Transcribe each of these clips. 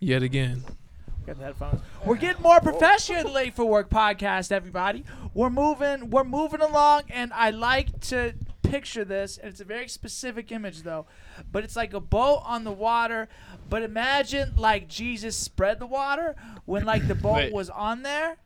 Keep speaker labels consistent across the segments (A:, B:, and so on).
A: yet again.
B: Got the headphones. We're getting more professional late for work podcast, everybody. We're moving. We're moving along, and I like to picture this. And it's a very specific image, though. But it's like a boat on the water. But imagine like Jesus spread the water when like the boat
C: Wait.
B: was on there.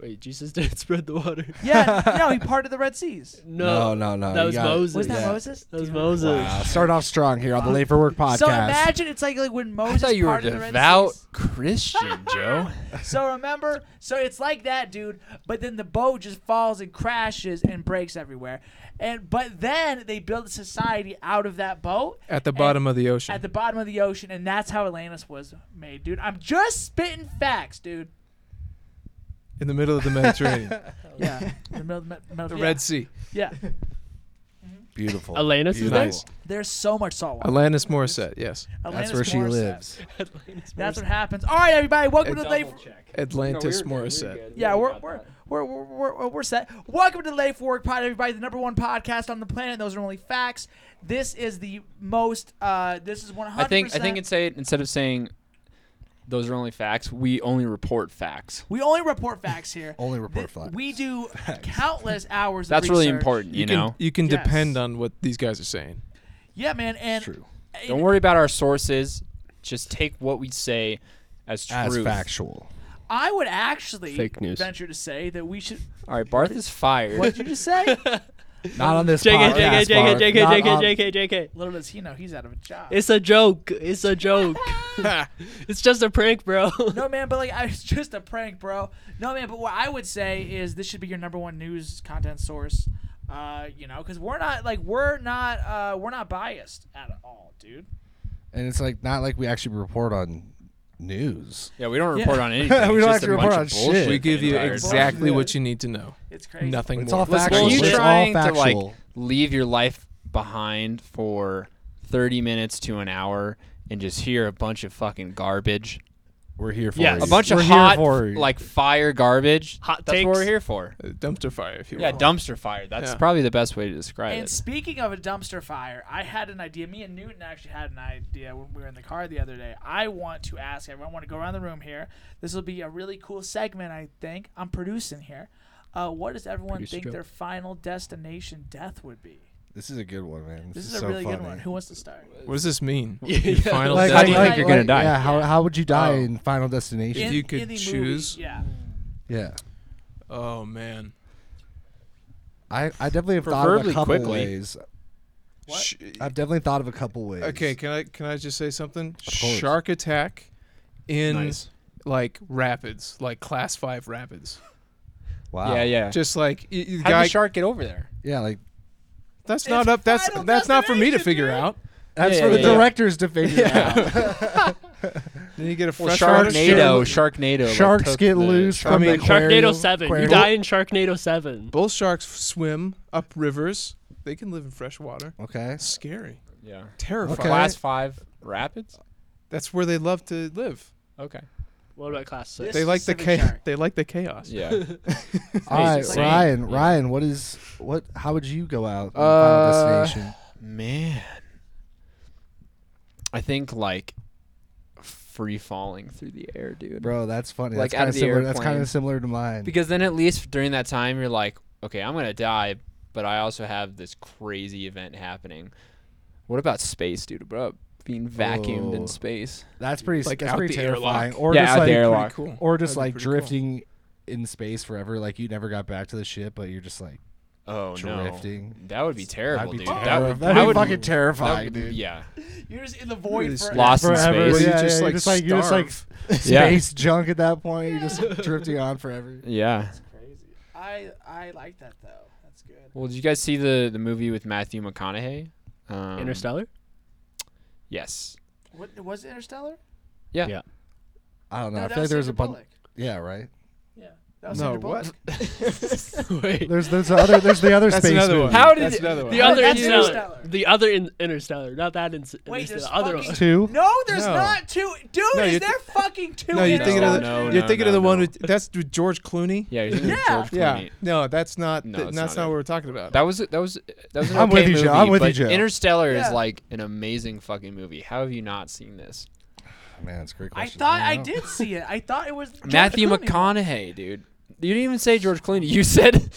C: Wait, Jesus didn't spread the water.
B: Yeah, no, he parted the Red Seas.
C: No,
D: no, no.
C: That
D: you
C: was
D: got it.
C: Moses.
B: Wasn't that
D: Yeah.
B: Moses?
C: That was
B: Damn.
C: Moses.
D: Wow. Start off strong here on the Late for Work podcast.
B: So imagine it's like, like when
D: I
B: Moses
D: thought you were a
B: parted the Red
D: devout
B: Seas.
D: Christian, Joe.
B: So remember, so it's like that, dude. But then the boat just falls and crashes and breaks everywhere. And but then they build a society out of that boat
A: At the bottom of the ocean.
B: at the bottom of the ocean, and that's how Atlantis was made, dude. I'm just spitting facts, dude.
A: in the middle of the Mediterranean.
B: Yeah, the, middle, middle,
A: the
B: yeah.
A: Red Sea.
B: Yeah,
D: Beautiful.
C: Atlantis is
D: Beautiful.
C: nice.
B: there's so much salt water.
A: Alanis Morissette, yes.
D: That's
B: Atlantis
D: where she
B: Morissette.
D: lives.
B: That's what happens. All right, everybody, welcome to the late.
A: Atlantis Morissette.
B: Yeah, we're we're, we're, we're, we're, we're set. Welcome to the Late for Work Pod, everybody, the number one podcast on the planet. Those are only facts. This is the most. Uh, this is one hundred.
E: I think I think it's say instead of saying those are only facts, we only report facts.
B: we only report facts here.
D: Only report
B: Th-
D: facts.
B: We do countless hours. of
E: That's really
B: research.
E: important, you,
A: can,
E: know.
A: You can
B: Yes.
A: depend on what these guys are saying.
B: Yeah, man, and
D: True.
B: and
E: Don't worry about our sources. Just take what we say as truth.
D: As factual.
B: I would actually
C: Fake news.
B: venture to say that we should.
E: All right, Barth is fired.
B: What did you just say?
D: Not on this
C: JK,
D: podcast.
C: JK, JK,
D: Mark.
C: JK,
D: Not
C: JK,
D: on-
C: JK, JK.
B: Little does he know, he's out of a job.
C: It's a joke. It's a joke. it's just a prank, bro.
B: No man, but like I, it's just a prank, bro. No man, but what I would say is this should be your number one news content source. Uh, you know, because we're not like we're not uh we're not biased at all, dude.
D: And it's like not like we actually report on news.
E: yeah, we don't
B: Yeah.
E: report on anything.
D: We
E: It's
D: don't
E: just
D: actually
E: a bunch
D: report
E: of
D: on
E: bullshit
D: shit.
A: We give you
E: the entire
B: exact-
E: time.
A: exactly what you need to know.
B: It's crazy.
A: Nothing
D: It's
A: more.
D: all factual.
E: Are
D: It's
E: you
D: all
E: trying to like
D: factual.
E: leave your life behind for 30 minutes to an hour and just hear a bunch of fucking garbage?
D: We're here for
C: Yes.
D: you.
E: A bunch
D: We're
E: of
D: here
E: hot,
D: for
E: f-
D: you.
E: like fire garbage.
C: Hot
E: That's what we're
C: takes.
E: here for.
A: Uh, dumpster fire, if you
E: Yeah,
A: will.
E: dumpster fire. That's
A: Yeah.
E: probably the best way to describe
B: And
E: it.
B: speaking of a dumpster fire, I had an idea. Me and Newton actually had an idea when we were in the car the other day. I want to ask everyone. I want to go around the room here. This will be a really cool segment. I think I'm producing here. Uh, what does everyone
A: Producer
B: think
A: Joe.
B: their final destination death would be?
D: This is a good one, man.
B: This, is,
D: so
B: a really
D: funny.
B: good one. Who wants to start?
A: What does this mean?
C: Yeah.
A: Your Final
D: Like,
E: How do
A: destination?
E: you think you're gonna die?
D: Yeah, how, how would you die
A: Oh.
D: in Final Destination?
A: If you could
B: the
A: choose-
B: movie, yeah.
D: yeah.
A: Oh man.
D: I, I definitely have thought of a
E: Preferably
D: couple
E: quickly.
D: ways.
B: What?
A: Sh-
D: I've definitely thought of a couple ways.
A: okay, can I can I just say something?
D: course.
A: Shark attack in
E: Nice.
A: like rapids, like class five rapids.
D: Wow.
E: Yeah, yeah.
A: Just like y- y- the
E: How
A: guy.
E: did the shark get over there?
D: Yeah, like
A: that's
B: It's
A: not up. That's
B: Final
A: that's not for me to
B: Destination,
A: figure
B: dude.
A: out.
D: that's
E: Yeah,
D: for the
E: yeah, yeah.
D: directors to figure
A: Then you get a
E: Well,
A: fresh water
E: Sharknado.
A: shark.
E: Sharknado.
D: out.
E: like,
D: Sharks
E: took
D: get
E: the-
D: loose
A: I
D: from the
A: mean,
D: aquarium.
C: Sharknado 7. You
D: aquarium-
C: die in Sharknado 7.
A: Bull sharks swim up rivers. They can live in fresh water.
D: Okay.
A: That's scary,
E: Yeah.
A: terrifying.
D: Okay.
E: Class five rapids.
A: That's where they love to live.
E: Okay.
C: What about class 6?
A: They like the
B: Pacific
A: chaos.
B: shark.
A: They like the chaos.
E: Yeah.
D: All right,
E: Basically.
D: Ryan.
E: Yeah.
D: Ryan, what is what? How would you go out? On Final
E: Uh,
D: Destination.
E: Man. I think like free falling through the air, dude.
D: Bro, that's funny.
E: Like,
D: that's
E: out of
D: kind of
E: the
D: similar. That's kind
E: airplane.
D: of similar to mine.
E: Because then at least during that time you're like, okay, I'm gonna die, but I also have this crazy event happening. What about space, dude? What about being vacuumed
D: Oh.
E: in space?
D: that's pretty.
A: Like
D: that's
A: out
D: pretty
A: the
D: terrifying.
A: airlock.
D: Or
E: Yeah,
D: just
E: out the
D: like,
E: airlock.
A: Pretty cool.
D: or
A: That'd
D: just
A: be
D: like
A: pretty cool.
D: drifting in space forever. Like you never got back to the ship, but you're just like
E: Oh
D: drifting.
E: no. That would be terrible,
D: that'd be
E: dude. That
D: terrible.
E: would,
D: That'd
E: I
D: be
E: would-
D: fucking
E: that
D: terrifying,
E: would-
D: dude.
E: Yeah.
B: You're just in the void
A: Really
B: for
E: lost in
D: Forever.
E: space.
D: Yeah,
A: You
D: yeah,
A: just,
D: you're
A: like,
D: just like you're just like
A: starve.
E: Yeah.
D: space junk at that point. You're just drifting on forever.
E: Yeah.
B: Crazy. I I like that though. That's good.
E: Well, did you guys see the the movie with Matthew McConaughey? Um,
C: Interstellar?
E: Yes.
B: What was it Interstellar?
D: I don't know.
B: No,
D: I
B: that
D: feel like
B: was
D: there was a
B: Sandra
D: bunch.
B: Bullock.
D: Yeah, right.
B: Yeah. That was
A: No,
B: Sandra Bullock.
A: what?
E: Wait.
D: There's there's the other there's the other
A: That's
D: space
A: another
D: movie.
A: one.
E: How did
A: That's
E: it-
A: another one.
C: The other
B: that's
C: Interstellar.
B: Interstellar.
C: The other in- Interstellar. Not that in- Interstellar.
B: there's
C: The other
B: fucking-
C: one.
D: Two.
B: No, there's
A: No.
B: not two. Dude,
A: No,
B: is
A: you're
B: there fucking two?
A: No, you're thinking of the,
B: Interstellar?
E: No,
A: you're
E: no,
A: thinking of
E: no,
A: the one
E: no.
A: with that's with George Clooney.
E: Yeah, you're thinking of
B: Yeah.
E: George
A: Yeah.
E: Clooney.
A: No, that's not.
E: No,
A: th-
E: it's
A: that's
E: not
A: not,
E: it.
A: what we're talking about.
E: That was that was that was an
D: I'm
E: okay
D: with you, Joe.
E: movie,
D: I'm with you,
E: but
D: Joe.
E: Interstellar
B: Yeah.
E: is like an amazing fucking movie. How have you not seen this?
D: Man, it's a great
B: I
D: question.
B: thought
D: don't
B: I
D: know.
B: did see it. I thought it was George
E: Matthew
B: Clooney.
E: McConaughey, dude. You didn't even say George Clooney. You said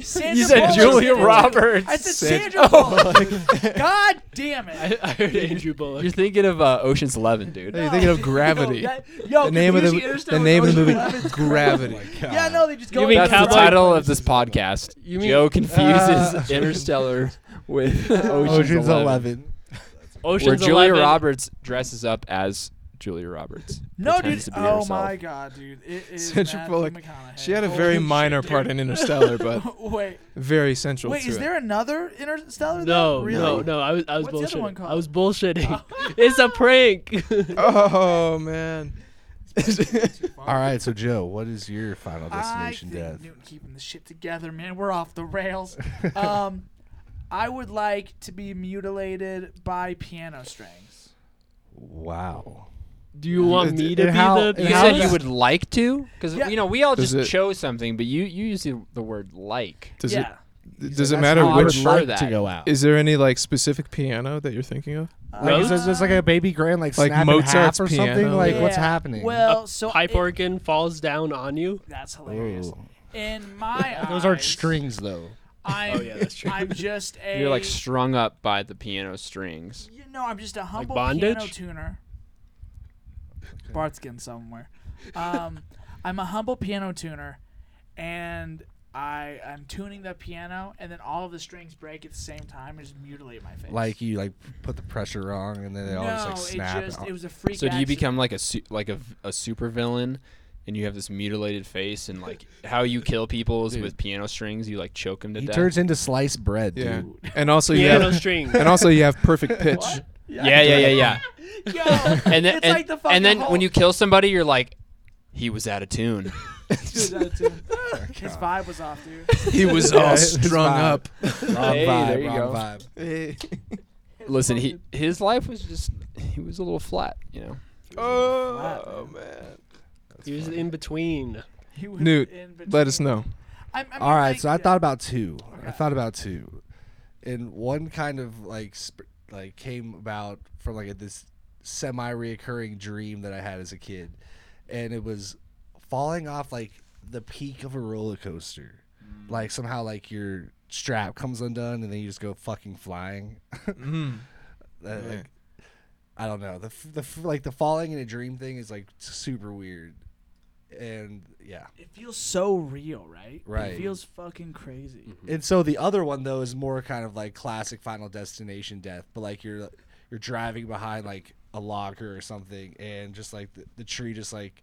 B: Sandra
E: you said
B: Bullock.
E: Julia
B: Sandra-
E: Roberts.
B: I said Sandra Bullock. God damn it!
C: I, I heard Andrew Bullock.
E: You're thinking of uh, Ocean's Eleven, dude.
A: Hey, you're thinking of Gravity.
B: Yo, that- yo,
A: the name of the,
B: confusing
A: the
B: Oh, Interstellar Oh,
A: name of the
B: with
A: movie
B: Ocean's Eleven.
A: Gravity.
B: Yeah, no, they just go.
C: You mean
E: That's the
C: Cowboy-
E: title of this podcast.
C: You mean-
E: Joe confuses
A: Uh.
E: Interstellar with Ocean's,
A: Ocean's
E: Eleven,
A: Eleven.
E: where
C: Ocean's
E: Julia
C: 11.
E: Roberts dresses up as Julia Roberts.
B: No, dude.
E: pretends to be
B: Oh
E: herself.
B: my god, dude. It is
A: Sandra
B: Matthew
A: Bullock.
B: McConaughey.
A: She had a
B: Holy
A: very
B: Oh, shit,
A: minor
B: dude.
A: part in Interstellar, but
B: Wait,
A: very central.
B: wait.
A: to
B: Is
A: it.
B: there another Interstellar? though?
C: No,
B: really?
C: no, no. I was, I was
B: What's the other one
C: bullshitting.
B: called?
C: I was bullshitting. it's a prank.
A: Oh man.
D: All right, so Joe, what is your final
B: I
D: destination
B: think
D: death?
B: Newton keeping the shit together, man. We're off the rails. um, I would like to be mutilated by piano strings.
D: Wow.
C: Do you want
A: And-
C: me to
A: and
C: be
A: how-
C: the?
A: and
E: You
A: how
E: said
A: does-
E: you would like to, because
B: Yeah.
E: you know we all
A: Does
E: just
A: it-
E: chose something, but you you used the- the word like.
A: Does
B: yeah.
A: it does it
D: said that's
A: matter
D: how I
E: would
A: which
E: like
A: like,
E: that.
D: to go out.
A: is there any like specific piano that you're thinking of?
D: Like, is
C: Rhodes?
D: this just like a baby grand, like,
A: Like
D: snap in
A: Mozart's
D: half or something?
A: piano?
D: Like, what's
B: Yeah.
D: happening?
B: Well, so
C: pipe
B: it-
C: organ falls down on you.
B: That's hilarious.
D: Ooh.
B: In my eyes,
D: Those aren't strings, though.
B: I'm,
C: Oh, yeah, that's true.
B: I'm just a.
E: You're like strung up by the piano strings.
B: you know, I'm just a humble piano
C: bondage?
B: tuner. Bart's getting somewhere. Um, I'm a humble piano tuner, and I I'm tuning the piano, and then all of the strings break at the same time and just mutilate my face.
D: Like you like put the pressure wrong, and then it all just like snap.
B: it just
D: and-
B: it was a freak.
E: So do you
B: accident.
E: become like a su- like a, v- a super villain, and you have this mutilated face, and like how you kill people is with piano strings. You like choke them to
D: he
E: death.
D: turns into sliced bread,
A: Yeah.
D: dude.
A: And also you
C: Piano
A: have
C: string.
A: and also you have perfect pitch.
E: yeah, yeah, yeah, yeah.
B: Yo,
E: And then
B: it's
E: and,
B: like the fucking
E: and then when
B: Hulk.
E: you kill somebody, you're like, he was out of tune.
B: Dude, that tune. His vibe was off, dude.
A: He was
D: Yeah,
A: all
D: it's
A: strung
D: fine.
A: up.
D: Wrong
E: Hey,
D: vibe,
E: there you
D: wrong
E: go.
D: vibe.
E: Listen, he his life was just he was a little flat, you know.
A: oh man.
C: He was in between.
B: He was
A: Newt,
B: in
A: Let us
B: between.
A: know.
B: I'm, I'm
D: All right,
B: like-
D: so I
B: yeah.
D: thought about two. I
B: Okay.
D: thought about two, and one kind of like sp- like came about from like this semi reoccurring dream that I had as a kid, and it was falling off like the peak of a roller coaster, like somehow like your strap comes undone and then you just go fucking flying.
E: Mm-hmm.
D: Uh,
A: Yeah.
D: like, I don't know the f- the f- like the falling in a dream thing is like super weird, and yeah.
B: It feels so real, right?
D: Right.
B: It feels fucking crazy.
E: Mm-hmm.
D: And so the other one though is more kind of like classic Final Destination death, but like you're you're driving behind like a locker or something, and just like the, the tree just like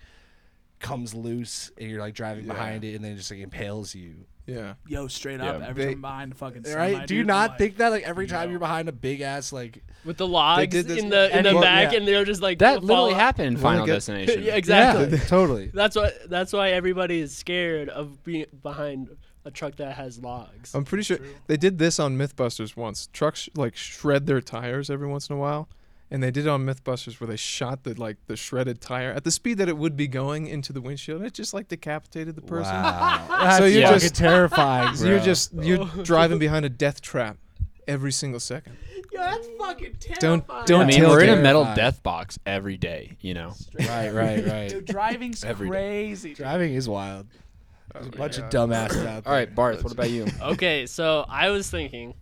D: comes loose, and you're like driving
A: Yeah.
D: behind it, and then it just like impales you.
A: Yeah.
B: Yo, straight
E: Yeah,
B: up, every
A: they-
B: time behind the fucking
D: right?
B: semi,
D: Do you
B: dude, I'm
D: not
B: like,
D: think that like every time
B: no.
D: you're behind a big ass like
C: with the logs
A: did this-
C: in the in
D: and
C: the
D: he-
C: back,
D: yeah.
C: and they're just like
E: That
C: fall
E: literally
C: off.
E: happened in
A: Wanna
E: Final
A: get-
E: Destination.
C: yeah, exactly.
D: yeah, totally.
C: That's why that's why everybody is scared of being behind a truck that has logs.
A: I'm pretty sure they did this on MythBusters once. Trucks like shred their tires every once in a while, and they did it on MythBusters where they shot the like the shredded tire at the speed that it would be going into the windshield. and It just like decapitated the person.
D: Wow, that's so
A: you're
D: you're
A: just-
D: just terrifying.
A: So you're
D: bro.
A: just you're driving behind a death trap every single second.
B: Yo, that's fucking
A: Don't
B: terrifying.
A: don't
E: I mean,
A: tell
E: we're in a
A: Derek.
E: metal
D: terrified.
E: death box every day, you know.
D: right, right,
B: Dude,
D: right.
B: driving's
E: Every day.
B: crazy. dude.
D: driving is wild. There's
F: Oh,
D: a bunch of dumbasses out there.
E: All right, Barth, what about you?
C: okay, so I was thinking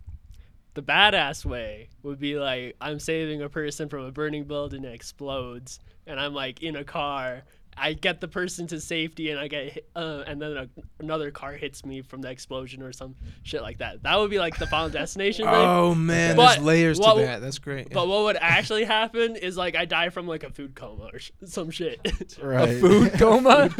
C: the badass way would be like I'm saving a person from a burning building that explodes, and I'm like in a car. I get the person to safety, and I get hit, uh, and then a, another car hits me from the explosion or some shit like that. That would be like the final destination. thing.
A: Oh man,
C: But
A: there's layers
C: what-
A: to that. That's great.
C: But what would actually happen is like I die from like a food coma or sh- some shit.
D: Right. A,
E: coma?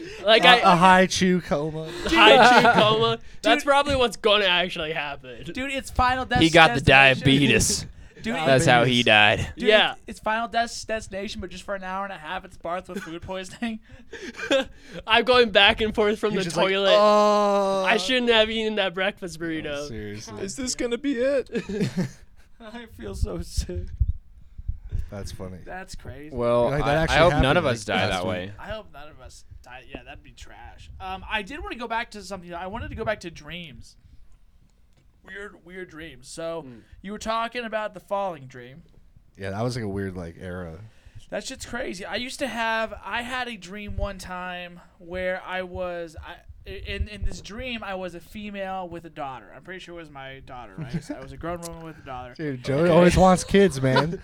C: like I
D: a high chew coma.
C: high chew coma. That's probably what's gonna actually happen.
B: Dude, it's final destination.
E: he got the diabetes.
B: Dude, it-
E: That's how he died.
B: dude,
C: Yeah.
B: it's, it's final des- destination, but just for an hour and a half, it's Barth with food poisoning.
C: I'm going back and forth from
D: You're
C: the
D: just like,
C: toilet.
D: "Oh."
C: I shouldn't have eaten that breakfast
F: Oh,
C: burrito.
D: Seriously,
A: Is this gonna be it?
B: I feel so sick.
D: that's funny.
B: That's crazy.
E: Well,
D: Like, that
E: I, I
D: actually
E: hope none
D: happened,
E: of
D: like,
E: us die
D: last
E: that
D: week.
E: way.
B: I hope none of us die. Yeah, that'd be trash. Um, I did want to go back to something. I wanted to go back to dreams. Weird, weird dreams. So you were talking about the falling dream.
D: Yeah, that was like a weird like era.
B: That shit's crazy. I used to have I had a dream one time where I was I in in this dream I was a female with a daughter. I'm pretty sure it was my daughter, right? So I was a grown woman with a daughter.
F: Dude, Joey always wants kids, man. He's-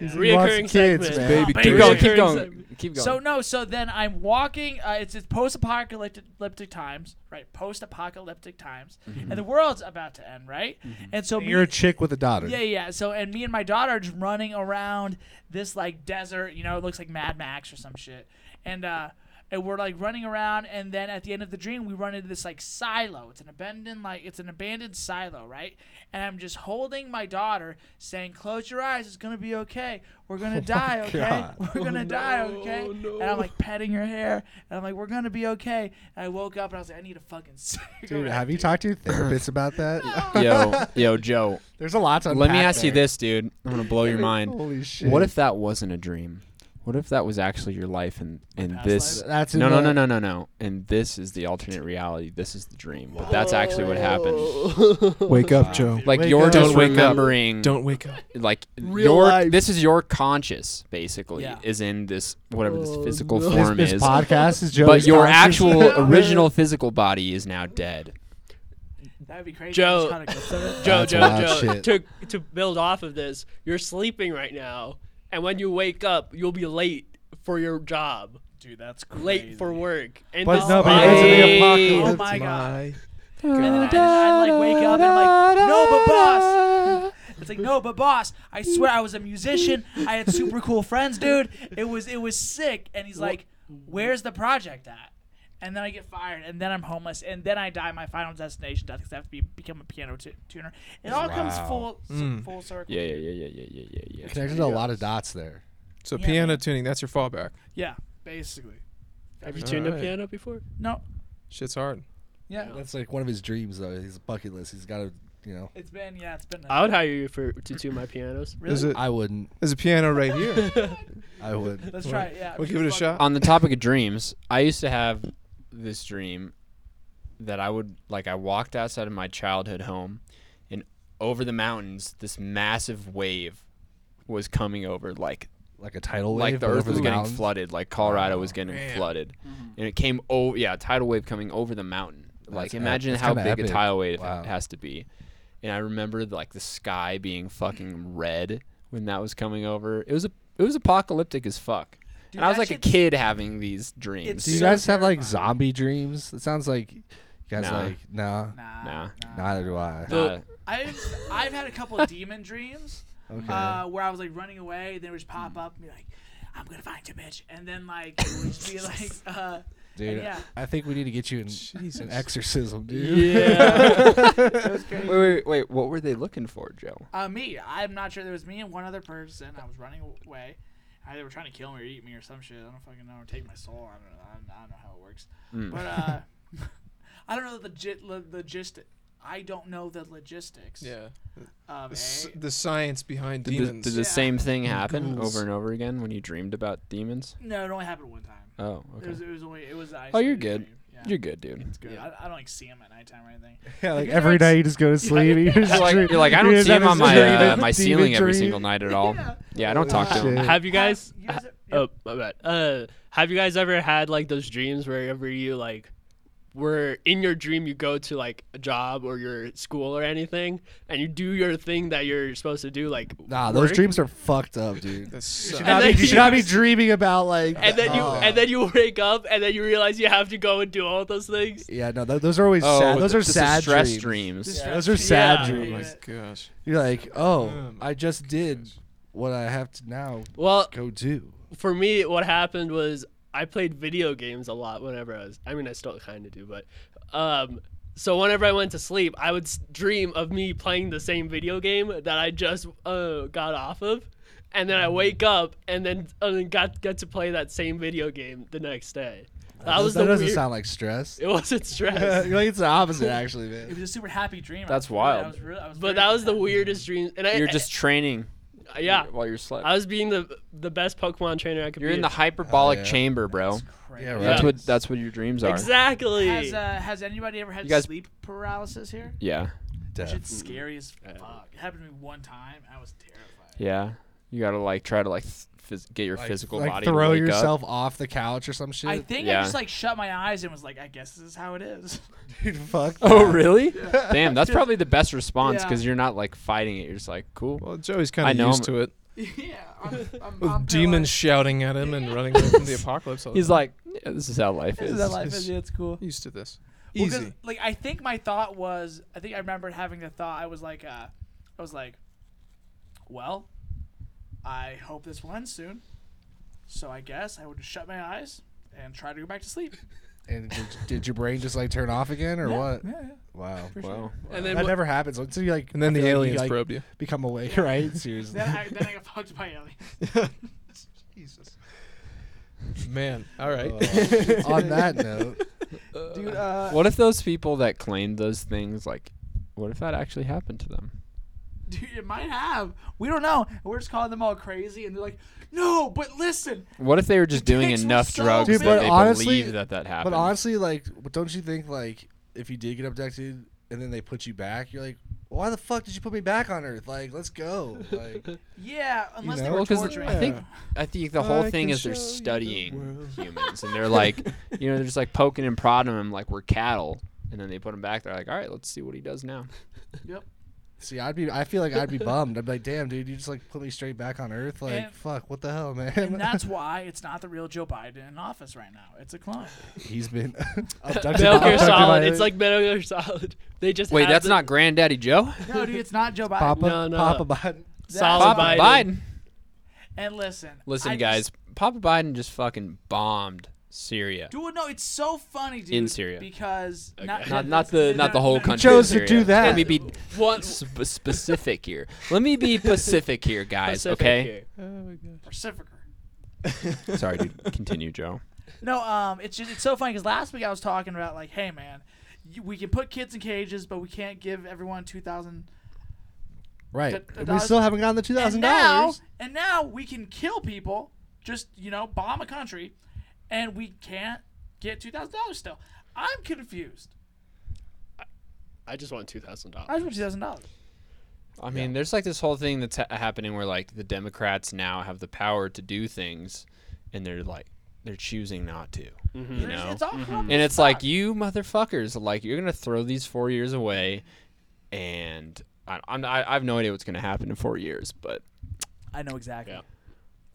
F: he wants
C: Reoccurring
F: kids,
C: segment.
F: man.
E: Baby, keep
C: Baby
E: going, keep
C: Karen
E: going,
C: segment.
E: keep going.
B: So no, so then I'm walking. Uh, it's it's post-apocalyptic apocalyptic times, right? Post-apocalyptic times, and the world's about to end, right? And so me-
F: You're a chick with a daughter.
B: yeah, yeah. So and me and my daughter are just running around this like desert. You know, it looks like Mad Max or some shit. And uh, and we're like running around, and then at the end of the dream, we run into this like silo. It's an abandoned like it's an abandoned silo, right? And I'm just holding my daughter, saying, "Close your eyes. It's gonna be okay. We're gonna die, okay?
F: Oh God. Oh
B: We're gonna die, okay?" And I'm like petting her hair, and I'm like, "We're gonna be okay." And I woke up, and I was like, "I need a fucking cigarette."
F: Dude, have you talked to your therapist about that?
E: yo, yo, Joe.
F: There's a lot to
E: Let me
F: unpack
E: ask you
F: there.
E: this, dude. I'm gonna blow your mind.
F: Holy shit.
E: What if that wasn't a dream? What if that was actually your life, and and
B: past
E: this?
F: That's in
E: No, no,
F: the-
E: no, no, no, no. And this is the alternate reality. This is the dream, but that's actually what happened.
A: Wake up, Joe.
E: Like
F: Wake
E: you're
F: up.
E: just
A: Don't wake up.
E: remembering.
A: Don't wake up.
E: like
D: Real
E: your
D: life.
E: this is your conscious basically
B: Yeah.
E: is in this whatever this
C: Oh,
E: physical
C: no.
E: form
F: this,
E: is
F: this podcast is Joey?
E: but your
F: Johnson's-
E: actual original physical body is now dead
B: That'd be crazy.
C: Joe-
B: Just kinda clips of it.
C: Joe,
F: That's
C: Joe,
F: wild
C: Joe.
F: shit.
C: To to build off of this, you're sleeping right now, and when you wake up, you'll be late for your job,
B: Dude, that's crazy.
C: late for work, and
F: But
C: this
F: no,
E: but
C: body-
E: because of the
B: Oh
F: apocalypse.
B: my god.
E: and
B: then I- I, like, wake up and, like, no, but boss. It's like, no, but boss, I swear I was a musician. I had super cool friends, dude. It was it was sick. And he's like, Where's the project at? And then I get fired, and then I'm homeless, and then I die my final destination death because I have to be, become a piano tu- tuner. It all comes
F: Wow.
B: full s-
A: Mm.
B: full circle.
E: yeah yeah yeah yeah yeah yeah yeah yeah
D: Connected to a lot of dots there.
A: So
B: Yeah,
A: piano
B: man.
A: tuning, that's your fallback.
B: Yeah, basically.
C: Have you tuned a
A: Alright.
C: piano before?
B: No,
A: Shit's hard.
B: yeah,
D: That's like one of his dreams, though. His bucket list. He's got to, you know.
B: it's been yeah, it's been.
C: I would hire you for to tune my pianos.
A: There's a,
D: I wouldn't.
A: there's a piano right here.
D: I wouldn't.
B: Let's try it. Yeah,
A: We'll give it a shot.
E: on the topic of dreams i used to have this dream that i would like i walked outside of my childhood home and over the mountains this massive wave was coming over like
D: Like a tidal wave.
E: like the
D: but
E: earth
D: over
E: was getting
D: mountains?
E: flooded like colorado was getting
A: man.
E: flooded
B: Mm-hmm.
E: and it came over yeah a tidal wave coming over the mountain like
D: That's ep-
E: imagine
D: that's
E: how
D: kinda
E: big a
D: epic.
E: tidal wave
D: Wow.
E: it has to be and i remember like the sky being fucking red when that was coming over it was a it was apocalyptic as fuck
B: Dude,
E: and i was
B: that
E: like a
B: shit's-
E: kid having these dreams
D: Do you
B: So
D: guys have like
B: terrifying.
D: zombie dreams? It sounds like you guys
E: Nah.
D: like nah.
B: Nah,
E: Nah.
D: Neither do I.
E: Nah.
B: I've I've had a couple of demon dreams
D: Okay.
B: uh, where I was like running away, and they would just pop
E: Hmm.
B: up and be like, "I'm gonna find you, bitch," and then like it would just be like, uh,
D: dude,
B: yeah.
D: I think we need to get you an,
A: Jesus.
D: an exorcism, dude.
C: Yeah.
E: wait wait wait what were they looking for joe
B: uh, "Me." I'm not sure there was me and one other person. I was running away. Uh, They were trying to kill me or eat me or some shit. I don't fucking know. Or take my soul. I don't know. I don't, I don't know how it works.
E: Hmm.
B: But uh, I don't know the legit lo- logistic. I don't know the logistics.
A: Yeah.
B: Of
A: The, s-
B: A.
A: the science behind
E: did, the,
A: demons.
E: did the same thing happen
A: Ghouls.
E: over and over again when you dreamed about demons
B: No, it only happened one time.
E: oh
B: It,
E: okay
B: was, it was only it was. an
E: Oh, you're
B: isolated
E: good.
B: dream. Yeah.
E: you're good dude
B: It's good. I, I don't like see him at nighttime or anything. Uh,
F: Yeah, like
B: Like,
F: every
B: it's-
F: night you just go to sleep. you just
E: You're like,
F: dream-
E: you're like, I
F: you
E: don't
F: just
E: see him
F: have
E: on
F: this
E: my
F: dream,
E: uh,
F: this
E: my
F: demon
E: ceiling every
F: dream.
E: single night at all.
B: Yeah.
E: Yeah, I don't talk to him.
F: Shit.
C: have you guys?
B: You guys are-
C: Oh, my bad. Uh, have you guys ever had like those dreams wherever you like were in your dream you go to like a job or your school or anything and you do your thing that you're supposed to do like
D: Nah, those
C: work,
D: dreams are fucked up, dude.
A: That sucks.
C: And
F: Not
C: then
F: be- you
C: you-
F: should not be dreaming about like.
C: and then you
D: Oh.
C: and then you wake up and then you realize you have to go and do all those things.
D: Yeah, no, th- those are always sad. Those are sad
E: Oh, stress
D: dreams.
E: dreams.
D: Yeah, those are sad
C: Yeah.
A: Oh my
D: dreams.
A: gosh.
D: You're like, oh,
A: Um,
D: I just did what I have to now
C: Well,
D: go do.
C: for me, what happened was I played video games a lot whenever I was. I mean, I still kind of do, but um, so whenever I went to sleep, I would s- dream of me playing the same video game that I just uh, got off of, and
E: Mm.
C: then I wake up and then and then got got to play that same video game the next day. That
D: That,
C: was
D: that
C: the
D: doesn't
C: weird-
D: sound like stress.
C: It wasn't
D: You're
C: stress.
D: like it's the opposite, actually,
B: It
D: man.
B: was a super happy dream. I
E: That's
B: was really-
E: wild.
B: I was really, I was
C: But
B: very
C: that was the
B: content.
C: weirdest dream, and I
E: You're just training
C: yeah.
E: while you're slept.
C: I was being the the best Pokemon trainer I could
E: you're
C: be.
E: in the hyperbolic
D: Oh, yeah.
E: chamber, bro.
B: Crazy.
D: Yeah, right.
E: That's what that's what your dreams are.
C: exactly.
B: Has uh, has anybody ever had
E: You guys-
B: sleep paralysis here? Mm-hmm.
E: Yeah,
B: That
D: Death.
B: shit's scary as fuck. It happened to me one time. I was terrified.
E: yeah. You gotta like try to like th- phys- get your
D: Like-
E: physical
D: like
E: body to
D: throw
E: wake up.
D: yourself off the couch or some shit.
B: I think I
E: Yeah.
B: just like shut my eyes and was like, I guess this is how it is.
D: Dude, fuck.
E: Oh really? Damn, that's probably the best response
B: Yeah.
E: because you're not like fighting it. You're just like, cool.
A: Well, Joey's
E: I
A: kind
E: know
A: of used
E: him.
A: to it.
B: yeah, I'm, I'm,
A: With
B: I'm
A: demons shouting at him and running away from the apocalypse. All the
E: He's like, yeah, this is how life
B: This
E: is.
B: is how life is. Yeah, it's cool.
A: time. used to this.
B: Well, 'cause,
A: Easy.
B: like I think my thought was, I think I remembered having the thought. I was like, uh, I was like, well, I hope this will end soon. So I guess I would just shut my eyes and try to go back to sleep.
D: And did, did your brain just like turn off again or what?
B: Yeah, yeah.
D: Wow.
E: Wow.
D: That
C: And then what,
D: never happens until you like.
A: And then the
D: I feel like you,
A: aliens
D: like,
A: probed you.
D: become awake, right? Seriously.
B: Then I then I got fucked by Ellie.
A: Man, all right.
D: Oh. On that note,
B: Dude, uh,
E: What if those people that claimed those things, like, what if that actually happened to them?
B: dude, it might have. We don't know. We're just calling them all crazy, and they're like, no, but listen.
E: What if they were just doing
B: dicks were
E: enough
B: so
E: drugs
D: Dude, but
E: that they
D: honestly-
E: believe that that happened?
D: but honestly, like, don't you think like if you did get abducted and then they put you back, you're like, why the fuck did you put me back on Earth? Like, let's go. Like,
B: Yeah, unless they
D: know?
B: were
E: Well, 'cause
B: torturing.
E: I think
A: Yeah.
E: I think the whole
A: I
E: thing
A: can
E: is they're
A: show you the
E: studying
A: world.
E: humans, and they're like, you know, they're just like poking and prodding them like we're cattle, and then they put him back. They're like, all right, let's see what he does now.
D: see, I'd be, I feel like I'd be bummed. I'd be like, damn, dude, you just like put me straight back on Earth. Like,
B: And-
D: fuck, what the hell, man?
B: and that's why it's not the real Joe Biden in office right now. It's a clone.
D: He's been abducted.
C: Metal Gear
D: by-
C: Solid. It's like Metal Gear Solid. They just
E: Wait,
C: have
E: that's
C: the-
E: not Granddaddy Joe.
B: No, dude, it's not Joe Biden.
D: Papa,
C: No, no.
D: Papa Biden.
C: solid
E: Papa
C: Biden.
E: Biden.
B: And listen,
E: Listen,
B: I just-
E: guys, Papa Biden just fucking bombed Syria.
B: Dude, no, it's so funny, dude.
E: In Syria.
B: because
C: Okay.
E: Not not the not the whole country.
F: chose
E: of
F: to
E: Syria.
F: do that.
E: Let me be sp- specific here. Let me be Pacific here, guys.
C: Pacific
E: okay.
C: here.
A: oh my god.
B: Pacificer.
E: Sorry, dude. Continue, Joe.
B: No, um, it's just it's so funny because last week I was talking about like, hey man, you, we can put kids in cages, but we can't give everyone two thousand.
D: Right.
B: The- the
D: And we
B: dollars-
D: still haven't gotten the two
B: And
D: thousand
B: now,
D: dollars.
B: and now we can kill people, just you know, bomb a country, and we can't get two thousand dollars still. I'm confused.
C: I just want two thousand
B: I
C: dollars.
B: just want two thousand dollars.
E: I mean, there's like this whole thing that's ha- happening where like the Democrats now have the power to do things, and they're like they're choosing not to. You know.
B: It's all corrupt
E: and
B: as
E: it's like
B: fuck.
E: you motherfuckers, like you're gonna throw these four years away, and I, I'm I, I have no idea what's gonna happen in four years, but
B: I know exactly.
C: Yeah.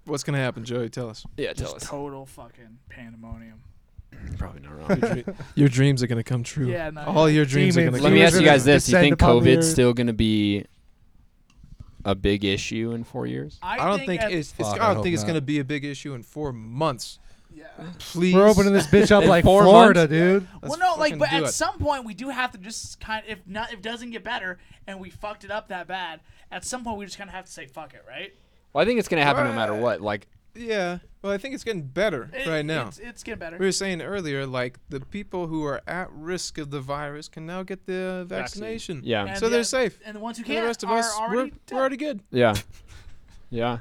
A: What's gonna happen, Joey? Tell us.
E: yeah,
B: Just
E: tell us.
B: total fucking pandemonium.
E: You're probably not wrong.
A: Your dreams are gonna come true.
B: Yeah, no,
A: All your dreams are
D: Demons.
A: gonna
E: Let
A: come
E: me
A: true.
E: ask you guys this: You
F: Descend
E: think
F: upon the
E: COVID's
F: earth.
E: still gonna be a big issue in four years?
A: I don't think
B: at-
A: it's. it's
D: Fuck, I
A: I don't
D: hope
A: think it's
D: not.
A: gonna be a big issue in four months.
B: Yeah.
A: Please.
F: We're opening this bitch up
E: In
F: like
E: four
F: Florida,
E: months?
F: dude.
B: Well,
A: Let's
B: no, like,
A: fucking
B: but
A: do
B: at
A: it.
B: some point we do have to just kind of, if not, if it doesn't get better, and we fucked it up that bad. At some point, we just kind of have to say fuck it, right?
E: Well, I think it's gonna happen no matter what. Like,
A: Yeah. Well, I think it's getting better
B: It-
A: right now.
B: it's, it's getting better.
A: we were saying earlier, like the people who are at risk of the virus can now get the vaccination.
E: yeah,
B: And
A: So
B: the-
A: they're safe.
B: And the ones who
A: And
B: can't
A: the rest of
B: are
A: us,
B: already,
A: we're,
B: dead.
A: we're already good.
E: yeah, yeah,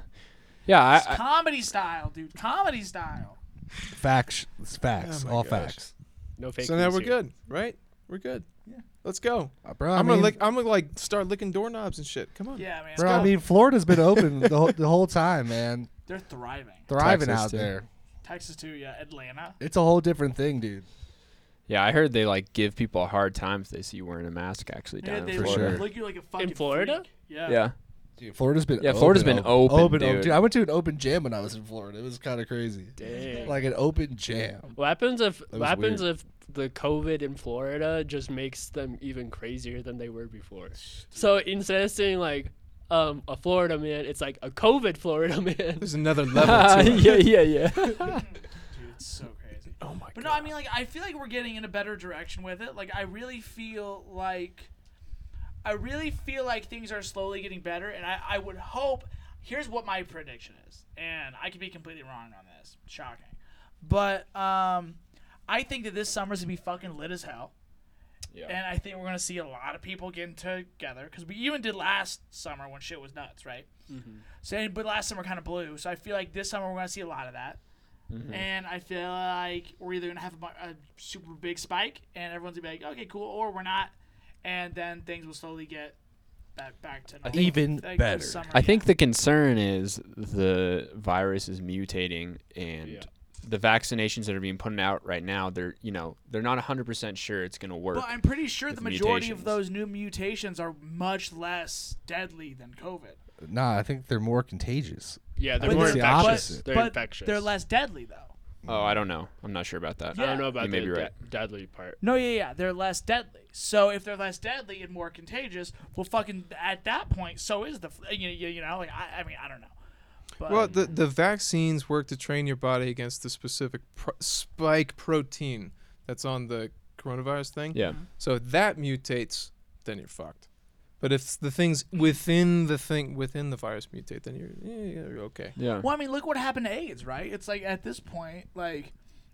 E: yeah. I, I,
B: comedy style, dude. Comedy style.
D: Facts. It's facts.
A: Oh my
D: All
A: gosh.
D: facts.
C: No fake.
A: So now
C: news
A: we're
C: here.
A: good, right? We're good. Yeah. Let's go.
D: Uh, bro, I
A: I'm gonna
D: mean-
A: lick. I'm gonna like start licking doorknobs and shit. Come on.
B: Yeah, man.
D: Bro, I mean, Florida's been open the, whole, the whole time, man.
B: They're thriving.
D: Thriving
E: Texas,
D: out
E: too.
D: there.
B: Texas too, yeah. Atlanta.
D: It's a whole different thing, dude.
E: Yeah, I heard they like give people a hard time if they see you wearing a mask. Actually,
B: Yeah,
E: down
B: they
E: in
D: for
B: look,
E: Florida.
D: sure.
B: look you like a fucking
C: Florida?
B: freak. Yeah.
E: Yeah,
D: Dude, Florida's been
E: Yeah,
D: open,
E: Florida's been open, dude.
D: I went to an open gym when I was in Florida. It was kind of crazy.
C: Dang.
D: Like an open jam.
C: What happens if
D: was
C: what happens
D: weird.
C: if the COVID in Florida just makes them even crazier than they were before? So instead of saying like um, a Florida man, it's like a COVID Florida man.
A: There's another level to it.
E: Uh, yeah, yeah, yeah.
B: Dude, it's so crazy. Oh my But no, I mean like I feel like we're getting in a better direction with it. Like I really feel like I really feel like things are slowly getting better and I, I would hope here's what my prediction is. And I could be completely wrong on this. Shocking. But um I think that this summer's gonna be fucking lit as hell.
E: Yeah.
B: And I think we're gonna see a lot of people getting together because we even did last summer when shit was nuts, right? So, but last summer kind of blew. So I feel like this summer we're gonna see a lot of that. And I feel like we're either gonna have a, bu- a super big spike, and everyone's gonna be like, "Okay, cool," or we're not, and then things will slowly get back, back to normal.
D: Even
B: Like, this
D: better.
B: summer,
E: I
B: yeah.
E: think the concern is the virus is mutating and
C: Yeah.
E: the vaccinations that are being put out right now, they're you know, they're not hundred percent sure it's gonna work.
B: But I'm pretty sure
E: with
B: the majority
E: mutations.
B: of those new mutations are much less deadly than COVID.
D: Nah, I think they're more contagious.
C: Yeah, they're
B: But
C: more
B: they're-
D: the
C: infectious.
D: opposite.
C: they're
B: but
C: infectious.
B: They're less deadly though.
E: oh, I don't know. I'm not sure about that.
C: I don't know about
E: You may
C: the
E: be
C: de-
E: right.
C: deadly part.
B: No, yeah, yeah, they're less deadly. So if they're less deadly and more contagious, well, fucking at that point, so is the f- you you, you know like I, I mean I don't know. But
A: Well, the, the vaccines work to train your body against the specific pro- spike protein that's on the coronavirus thing.
E: Yeah.
A: So if that mutates, then you're fucked. But if the things within the thing within the virus mutate, then you're yeah, you're okay.
E: Yeah.
B: well, I mean, look what happened to AIDS, right? It's like at this point, like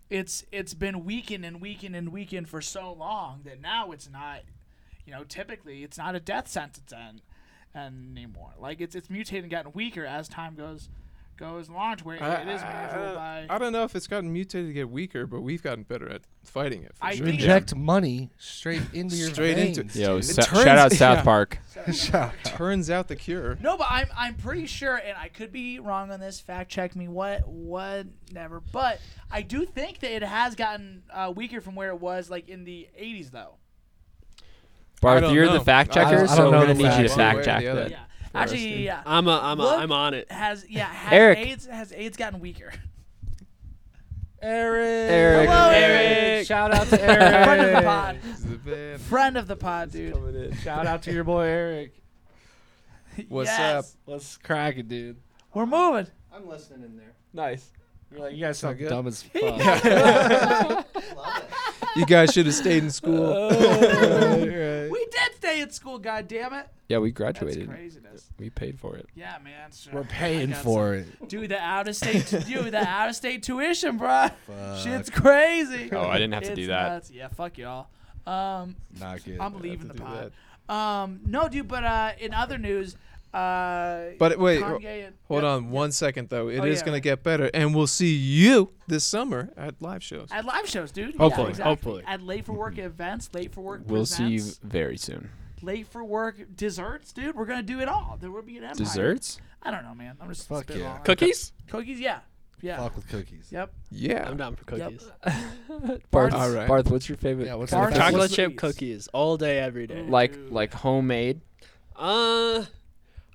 B: it's it's been weakened and weakened and weakened for so long that now it's not, you know, typically it's not a death sentence an- anymore. Like it's it's mutated and gotten weaker as time goes goes along, to where it is
A: uh,
B: measurable by.
A: I don't know if it's gotten mutated to get weaker, but we've gotten better at fighting it. for
B: I
A: sure.
D: You
B: think
D: inject money straight into your
A: Straight
D: veins,
A: into it.
E: Yo,
D: dude.
E: sa-
A: turns-
E: shout out South
A: yeah.
E: Park.
D: Shout out.
A: Turns out the cure.
B: No, but I'm I'm pretty sure, and I could be wrong on this. Fact check me. What what never. But I do think that it has gotten uh, weaker from where it was like in the 80s, though.
A: I
E: Barth,
A: don't
E: you're
A: know.
E: the fact
A: I don't-
E: checker,
A: I
E: so
A: don't
E: we're
A: know
E: gonna
A: the
E: need you
A: facts.
E: to fact
A: One way or
E: check
A: the other.
E: that.
B: Yeah. Actually, yeah.
C: I'm a, I'm a,
B: Look-
C: I'm on it.
B: Has yeah. Has
E: Eric.
B: AIDS has AIDS gotten weaker?
D: Eric.
E: Eric.
B: Hello, Eric.
F: Shout out to
B: Friend of the pod.
A: He's the best.
B: Friend of the pod, dude.
F: Shout out to your boy Eric.
A: What's
B: Yes.
F: Let's crack it, dude.
B: We're moving.
G: I'm listening in there.
F: Nice. You're like, you guys sound
A: sound good.
F: dumb as fuck.
G: Love it.
A: up? You guys should have stayed in school.
B: We did stay at school. God damn it.
E: Yeah, we
B: That's
E: graduated.
B: craziness.
E: We paid for it.
B: Yeah, man. so-
D: We're paying
B: I got
D: for it.
B: some- Dude, the out of state, dude, the out of state tuition, bruh.
D: Fuck.
B: Shit's crazy.
E: Oh, I didn't have to do
B: It's
E: that.
B: nuts. Yeah, fuck y'all. Um,
D: Not good.
B: I'm leaving the
A: do
B: pod. Um, no, dude, but uh, in other news, uh,
A: But wait,
B: Kanye and-
A: Hold
B: yeah,
A: on one second though. It is
B: Oh, yeah,
A: gonna
B: right.
A: get better, and we'll see you this summer at live shows.
B: At live shows, dude. Yeah,
C: Hopefully,
B: exactly.
C: hopefully.
B: At late for work events, late for work.
E: We'll see you
B: presents,
E: very soon.
B: Late for work desserts, dude. We're gonna do it all. There will be an empire.
E: Desserts?
B: I don't know, man. I'm just
D: Fuck
B: spitballing.
D: yeah.
C: Cookies?
B: Cookies, yeah, yeah.
D: Fuck with cookies.
B: Yep.
A: Yeah.
C: I'm down for cookies.
E: Barth,
A: All right.
E: Barth, what's your favorite?
D: Yeah, what's
B: Barf-
D: the
B: Chocolate
C: Chocolate
B: the-
C: chip cookies all day, every day.
B: Ooh.
E: like
B: Dude.
E: like homemade.
C: Uh,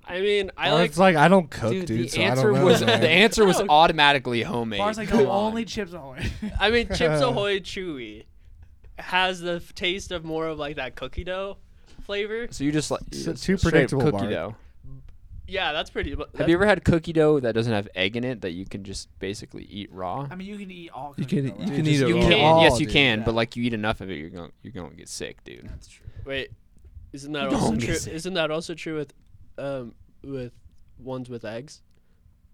C: I mean, I
D: Or
C: like.
D: it's like I don't cook, dude. so
E: the
D: I
E: answer
D: don't know,
E: was
D: man.
E: the answer was automatically homemade.
B: Bars like
E: Come
B: the
E: on.
B: only chips ahoy.
C: I mean, Chips Ahoy Chewy has the f- taste of more of like that cookie dough flavor.
E: So you just like
F: So
E: s-
F: too
E: straight
F: predictable,
E: cookie
F: Bart.
E: dough.
C: Yeah, that's pretty.
E: Have you ever had cookie dough that doesn't have egg in it that you can just basically eat raw?
B: I mean, you can eat all.
A: You can
B: Cookies, though,
A: you
B: right?
A: can
D: Dude,
A: eat
D: just
A: it
D: you
A: raw.
E: You can,
D: all,
E: yes, you
D: dude.
E: can,
B: Yeah.
E: but like you eat enough of it, you're going to you're going to get sick, dude.
B: That's true.
C: Wait, isn't that also
E: Don't be
C: true?
E: sick.
C: Isn't that also true with, um, with ones with eggs,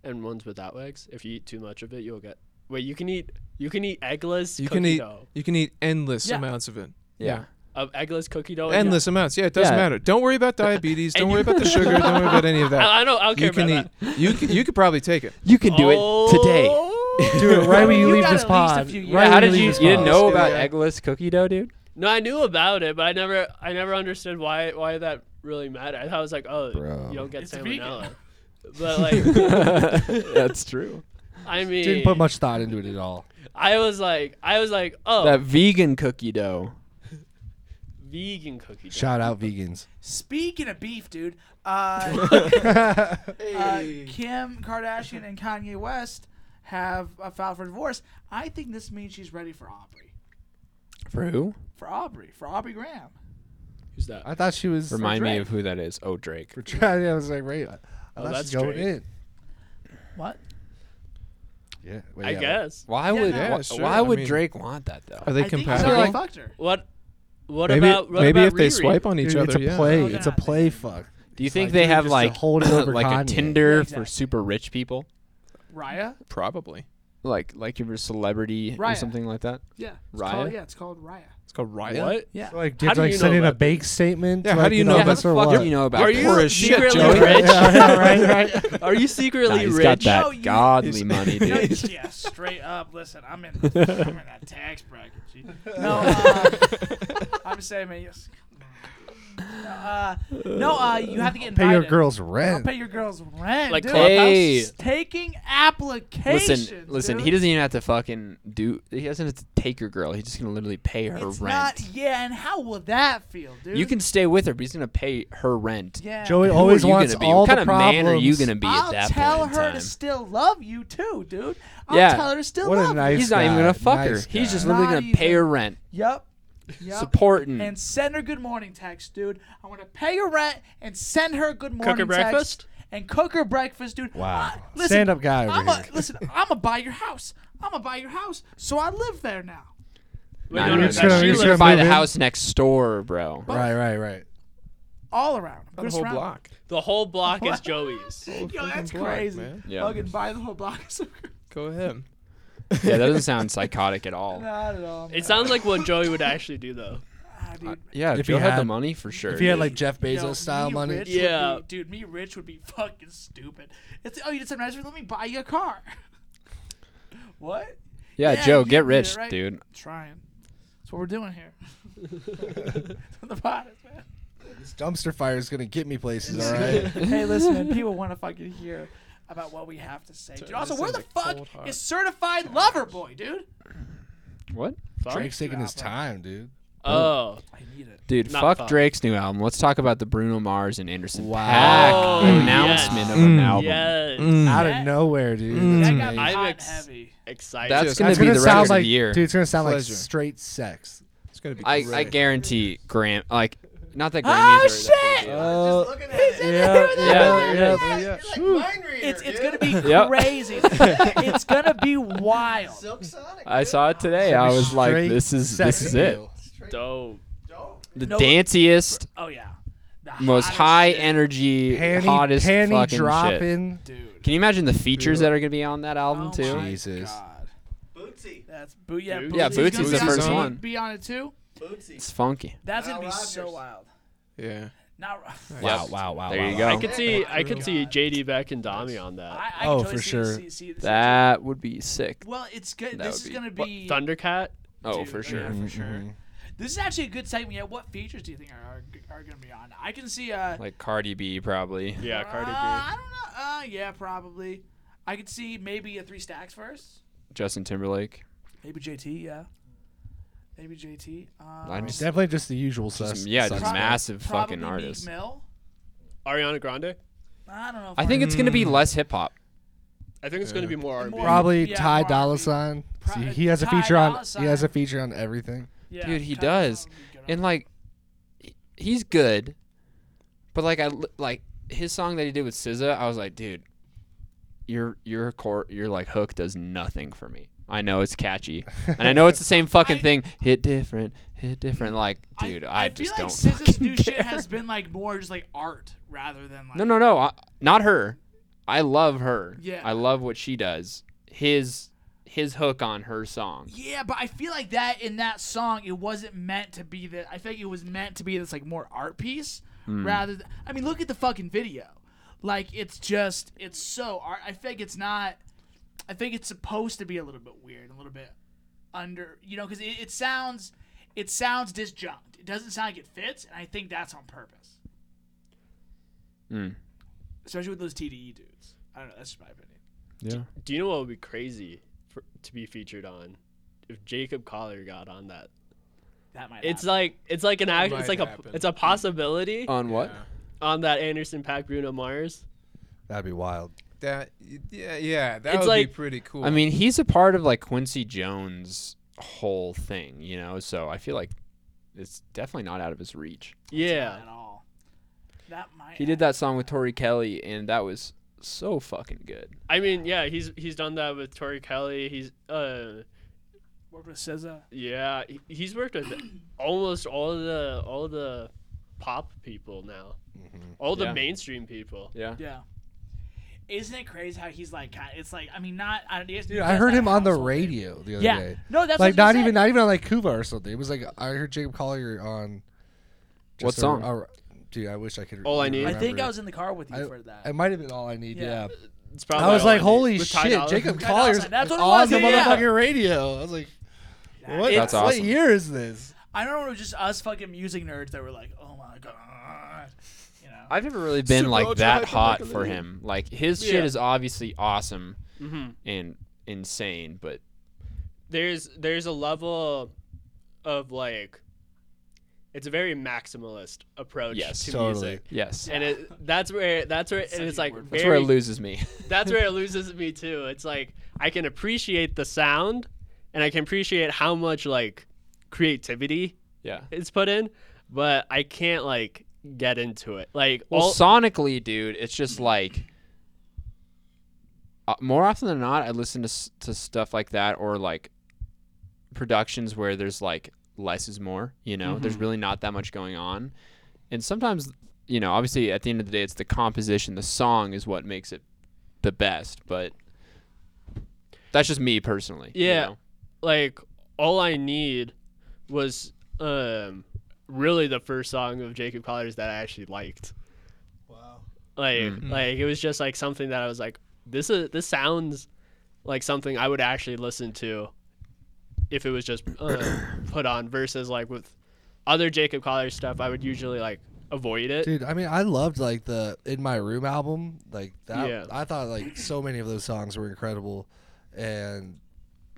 C: and ones without eggs? If you eat too much of it, you'll get. Wait, you can eat. You can eat eggless
A: You
C: cookie
A: can eat
C: dough.
A: you can eat endless
B: Yeah.
A: amounts of it.
E: Yeah.
C: Of eggless cookie dough. and-
A: Endless amounts. Yeah, it doesn't
E: Yeah.
A: matter. Don't worry about diabetes.
C: Oh, And
A: Don't worry
C: you-
A: about the sugar. Don't worry about any of that.
C: I, I don't. I don't care
A: you can
C: about
A: eat. You c- you could probably take it.
E: You can do it today.
C: Oh.
F: Do it right when
B: You
F: you leave
B: got
F: this
B: at least a
F: pod.
B: few
F: Right
B: years.
F: when
E: How did
F: leave
E: you you
F: this
E: didn't
F: pod.
E: know
A: Let's do
E: about
A: it.
E: eggless cookie dough, dude?
C: No, I knew about it, but I never, I never understood why, why that really mattered. I thought it was like, oh,
D: Bro.
C: you don't get
B: It's vegan.
C: salmonella. But like,
E: That's true.
C: I mean,
D: Didn't put much thought into it at all.
C: I was like, I was like, oh,
E: That vegan cookie dough.
C: vegan cookie. dough.
D: Shout out vegans.
B: Speaking of beef, dude, uh, uh, Kim Kardashian and Kanye West have uh, filed for divorce. I think this means she's ready for Aubrey.
E: For who?
B: For Aubrey. For Aubrey Graham.
C: Who's that?
D: I thought she was.
E: Remind me
B: Drake.
E: of who that is. Oh, Drake.
D: I was like, right. I thought
C: that's
D: she's going
C: straight.
D: in.
B: What?
D: Yeah. wait,
C: I
D: yeah,
C: guess.
E: Why
B: Yeah,
E: would
B: no.
E: why,
A: Yeah, sure.
E: why
A: I
E: would
A: mean-
E: Drake want that though?
A: Are
B: I
A: they
B: think he's
A: compatible?
B: already fucked her.
C: What? What
A: Maybe
C: about what
A: maybe
C: about
A: if they
C: Riri?
A: swipe on
D: Dude,
A: each
D: it's
A: other.
D: a
A: Yeah.
D: play.
B: Oh,
D: it's a
B: God.
D: play. Fuck.
E: Do you
D: It's
E: think
D: like,
E: they
D: dude,
E: have
D: just to
E: like
D: hold it over
E: like
D: Kanye.
E: a Tinder
B: Yeah,
E: for
B: exactly.
E: super rich people?
B: Raya?
A: Probably.
E: Like like if you're a celebrity or
B: Raya.
E: something like that? Oh,
B: Yeah. It's
E: Raya?
B: Called, yeah, it's called Raya.
A: It's called Riot.
C: What?
B: Yeah.
D: So, like,
C: How
F: Did
C: do
F: like
C: you know
F: send in a
C: about
F: bank statement?
A: Yeah,
F: to,
A: how
F: like,
A: do you
F: an
A: know
E: yeah, how
A: about
E: the
F: office or
E: fuck
F: what?
E: do you know about
C: Are
E: that?
C: you
A: Poor as shit,
C: secretly
A: Joey.
C: rich?
F: yeah, right, right.
C: Are you secretly
E: Nah, he's
C: rich?
E: got that
B: No, you-
E: godly money,
B: No,
E: dude.
B: yeah, straight up. Listen, I'm in, I'm in that tax bracket. G. No, uh, I'm just saying, man. Yes. Uh, no, uh, you have to get invited.
D: Pay your girl's
B: I'll
D: rent.
B: pay your girl's rent.
C: Like
B: dude.
C: Clubhouse?
E: Hey.
B: taking applications.
E: Listen, listen.
B: dude.
E: He doesn't even have to fucking do. He doesn't have to take your girl. He's just gonna literally pay her
B: It's
E: rent.
B: not. Yeah, and how will that feel, dude?
E: You can stay with her, but he's gonna pay her rent.
B: Yeah.
D: Joey
E: Who
D: always
E: are you
D: wants
E: gonna be?
D: all
E: what kind
D: the
E: of
D: problems.
E: man are you gonna be
B: I'll
E: at that
B: tell
E: point in
B: her
E: time?
B: to still love you too, dude. I'll
E: Yeah.
B: tell her to still
D: What a
B: love
D: nice-
E: he's not even gonna
D: guy,
E: fuck her.
D: nice
E: He's just
B: guy.
E: literally
B: Not
E: gonna pay
B: even.
E: her rent,
B: you. Yep. Yep.
E: supporting.
A: Hmm.
B: and send her good morning text, dude. I want to pay her rent and send her good morning
C: her
B: text
C: breakfast?
B: and cook her breakfast, dude.
D: Wow.
B: I- listen,
D: Stand-up guy over
B: I'm a,
D: here.
B: listen, I'm gonna buy your house. I'm gonna buy your house, so I live there now.
C: Wait,
E: Nah,
C: no,
E: no, no,
C: no, no,
E: no,
C: she
E: you
D: he's
C: lives-
D: gonna
E: should buy the
D: move in.
E: house next door, bro.
D: Right, right, right.
B: All around.
A: The
B: I'm gonna
A: whole
B: surround-
A: block.
C: the whole block is Joey's.
B: Yo, that's
A: freaking block,
B: crazy.
A: man.
E: Yeah.
B: Fucking buy the whole block. of sugar.
A: Go ahead.
E: yeah, that doesn't sound psychotic at all.
B: Not at all.
C: It sounds like what Joey would actually do though.
B: Ah, dude.
E: Yeah,
D: If
E: if you
D: he
E: had, the
D: had-
E: money for sure.
D: If you had like
B: Dude,
D: Jeff Bezos
B: yo,
D: style
B: me
D: money,
B: rich would
C: Yeah.
B: be- dude, me rich would be fucking stupid. It's oh, you did something nice. Let me buy you a car. what?
E: yeah,
B: yeah,
E: Joe,
B: you
E: get
B: did it,
E: rich,
B: right?
E: dude.
B: Trying. That's what we're doing here. the podcast, man.
D: this dumpster fire is gonna get me places. All right.
B: hey, listen, man. People want to fucking hear about what we have to say, dude. Also,
A: this
B: where
A: into
B: the fuck
A: cold hard
B: is certified lover boy, dude?
E: What?
D: Drake's taking his time, dude.
C: Oh,
B: I need it.
E: Dude,
C: Not
E: fuck
C: fuck.
E: Drake's new album. Let's talk about the Bruno Mars and Anderson
D: Wow.
E: Paak
C: Oh,
E: announcement
C: yes.
E: of an
A: Mm.
E: album.
C: yes.
D: Out
B: Yeah.
D: of nowhere, dude.
A: Mm.
D: That's
B: That
A: Mm.
B: got me
D: amazing.
C: I'm
B: hot
C: ex-
B: and heavy.
C: Excited.
E: That's
A: Just-
E: gonna
A: It's
D: It's
E: be
D: gonna
E: the record
D: sound
E: of
D: like,
E: the year.
D: dude. It's gonna sound
A: Pleasure.
D: like straight sex.
A: It's gonna be.
E: I,
A: great.
E: I guarantee Grant like not that Grammys
B: Oh,
E: are that
B: shit!
E: big.
G: Just looking at it.
E: Uh,
D: Oh,
E: yeah, there it is.
G: You're like- You're like mind
B: Hmm.
G: reader,
B: It's, it's
G: dude.
B: gonna be
E: Yep.
B: crazy. it's gonna be wild.
G: Silk Sonic.
E: I
G: dude.
E: saw it today. I was like,
D: Straight
E: this is
D: sex
E: this is it.
D: appeal.
G: Straight
C: Dope.
G: dope.
E: The
B: No-
E: danciest,
B: Oh yeah, the
E: most
B: hottest
E: high
B: shit,
E: energy,
D: Panty,
E: hottest
D: panty
E: fucking shit.
D: dropping.
B: dude.
E: Can you imagine the features that are gonna be on that album
B: Oh
E: too?
B: my
D: Jesus.
B: God.
G: Bootsy.
B: That's Boo- yeah,
C: Boots.
B: Bootsy's
E: Yeah,
B: gonna
E: Bootsy's
B: be
A: the
B: on it.
A: first
B: He's gonna
E: one.
B: Be on it too.
G: Bootsy.
E: It's funky.
B: That's
G: Now
B: gonna be so
G: Rodgers.
B: wild.
A: yeah.
B: Not.
E: Wow,
D: wow, wow.
E: There you go.
C: I could see I could see JD back and Dami on that.
B: I, I
D: Oh,
B: totally
D: for
B: see,
D: sure.
B: See, see, this
E: That would be sick.
B: well, it's good.
E: That
B: This
E: would
B: is
E: be-
B: gonna
C: What,
B: be.
C: Thundercat?
E: Oh,
B: Dude,
E: for
B: yeah,
E: sure.
B: for sure. This is actually a good segment. Yeah, what features do you think are are, are gonna be on? I can see. Uh,
E: Like Cardi B, probably.
C: Yeah, Cardi
B: uh,
C: B.
B: I don't know. Uh, yeah, probably. I could see maybe a three stacks first.
E: Justin Timberlake.
B: Maybe JT, yeah. Maybe JT. Um,
E: I'm just,
D: Definitely just the usual sus-
E: just yeah, just
D: suspects.
E: massive
B: probably
E: fucking
B: Meek
E: artist.
B: Mill.
C: Ariana Grande?
B: I don't know. if
E: I think it's gonna be
A: Mm.
E: less hip hop.
C: I think it's gonna be more R&B.
B: More-
D: Probably
B: Yeah,
D: Ty
B: probably.
D: Dolla Sign.
B: Pro-
D: See, he has a
B: Ty
D: feature on.
B: Dolla
D: He has a
B: Sign.
D: feature on everything.
B: Yeah,
E: Dude, he
B: Ty
E: does.
B: Dolla Sign would be good
E: And
B: on
E: like, he- he's good, but like I li- like his song that he did with SZA, I was like, dude, your your core your like hook does nothing for me. I know it's catchy, and I know it's the same fucking
B: I-
E: thing. Hit different, hit different. Like,
B: it.
E: dude,
B: I,
E: I,
B: I
E: just
B: feel
E: don't.
B: like SZA's
E: fucking
B: new
E: care.
B: shit has been like more just like art rather than like.
E: No, no, no. I, not her. I love her.
B: Yeah.
E: I love what she does. His his hook on her song.
B: Yeah, but I feel like that in that song, it wasn't meant to be that. I feel like it was meant to be this like more art piece rather than. I mean, look at the fucking video. Like it's just, it's so art. I think it's not. I think it's supposed to be a little bit weird, a little bit under, you know, because it, it sounds, it sounds disjunct. It doesn't sound like it fits, and I think that's on purpose.
E: Mm.
B: Especially with those TDE dudes. I don't know. That's just my opinion.
E: Yeah.
C: Do you know what would be crazy for, to be featured on? If Jacob Collier got on that.
B: That might.
C: It's
B: happen.
C: like it's like an act,
A: might
C: it's like
A: happen.
C: a it's a possibility
E: On what?
C: on that Anderson Pack Bruno Mars.
D: That'd be wild.
A: That. Yeah. Yeah. That
C: It's
A: would
C: like-
A: be pretty cool.
E: I mean, he's a part of like Quincy Jones' whole thing, you know. So I feel like it's definitely not out of his reach.
C: Yeah.
B: At all. That might.
E: He did that song with Tori Kelly, and that was so fucking good.
C: I mean, yeah, he's he's done that with Tori Kelly. He's uh
B: Worked with SZA.
C: yeah, he, he's worked with almost all the all the pop people now. All the
E: Yeah.
C: mainstream people.
E: Yeah.
B: Yeah. Isn't it crazy how he's like? kinda- It's like I mean, not I, don't, it's
D: Dude, I heard him on the
B: household name.
D: radio the other
B: Yeah,
D: day.
B: no, that's
D: like
B: what I was
D: not
B: gonna
D: even
B: say.
D: not even on like Cuba or something. It was like I heard Jacob Collier on. just
E: What song?
D: a- a- dude, I wish I could.
C: All I Need?
B: I
D: remember
B: think I
D: it.
B: was in the car with you
D: I-
B: for that.
D: It might have been all I need.
B: Yeah.
D: Yeah.
C: It's probably
D: I was
C: all
D: like,
C: need.
D: holy
C: With Ty
D: shit,
C: Dolla
D: Jacob
B: Ty Dolla
D: Collier's
B: Sign. That's what it
D: on
B: was,
D: the
B: yeah, yeah.
D: motherfucking radio. I was like, what?
E: That's
D: what
E: awesome.
D: year is this?
B: I don't know. It was just us fucking music nerds that were like, "Oh my god,
E: I've never really been
A: Super
E: like
A: ultra
E: that
A: hyper
E: hot for
A: mega lean.
E: him. Like his
C: Yeah.
E: shit is obviously awesome
C: hmm
E: and insane, but
C: there's there's a level of like it's a very maximalist approach
E: Yes.
C: to
D: Totally.
C: music
E: yes,
C: and it that's where that's where and it's like
E: that's where it
C: very-
E: loses me.
C: that's where it loses me too it's like i can appreciate the sound and i can appreciate how much like creativity
E: yeah.
C: is put in but i can't like get into it like
E: Well,
C: all,
E: sonically, dude, it's just like uh, more often than not, I listen to s- to stuff like that or like productions where there's like less is more. You know, there's really not that much going on, and sometimes you know, obviously, at the end of the day, it's the composition, the song is what makes it the best. But that's just me personally. you
C: Yeah.
E: know?
C: like all I need was um really the first song of Jacob Colliers that I actually liked. Wow. Like
D: Mm-hmm.
C: like it was just like something that I was like this is this sounds like something I would actually listen to if it was just uh, put on versus like with other Jacob Colliers stuff I would usually like avoid it.
D: Dude, I mean, I loved like the In My Room album. Like that,
C: Yeah.
D: I thought like so many of those songs were incredible, and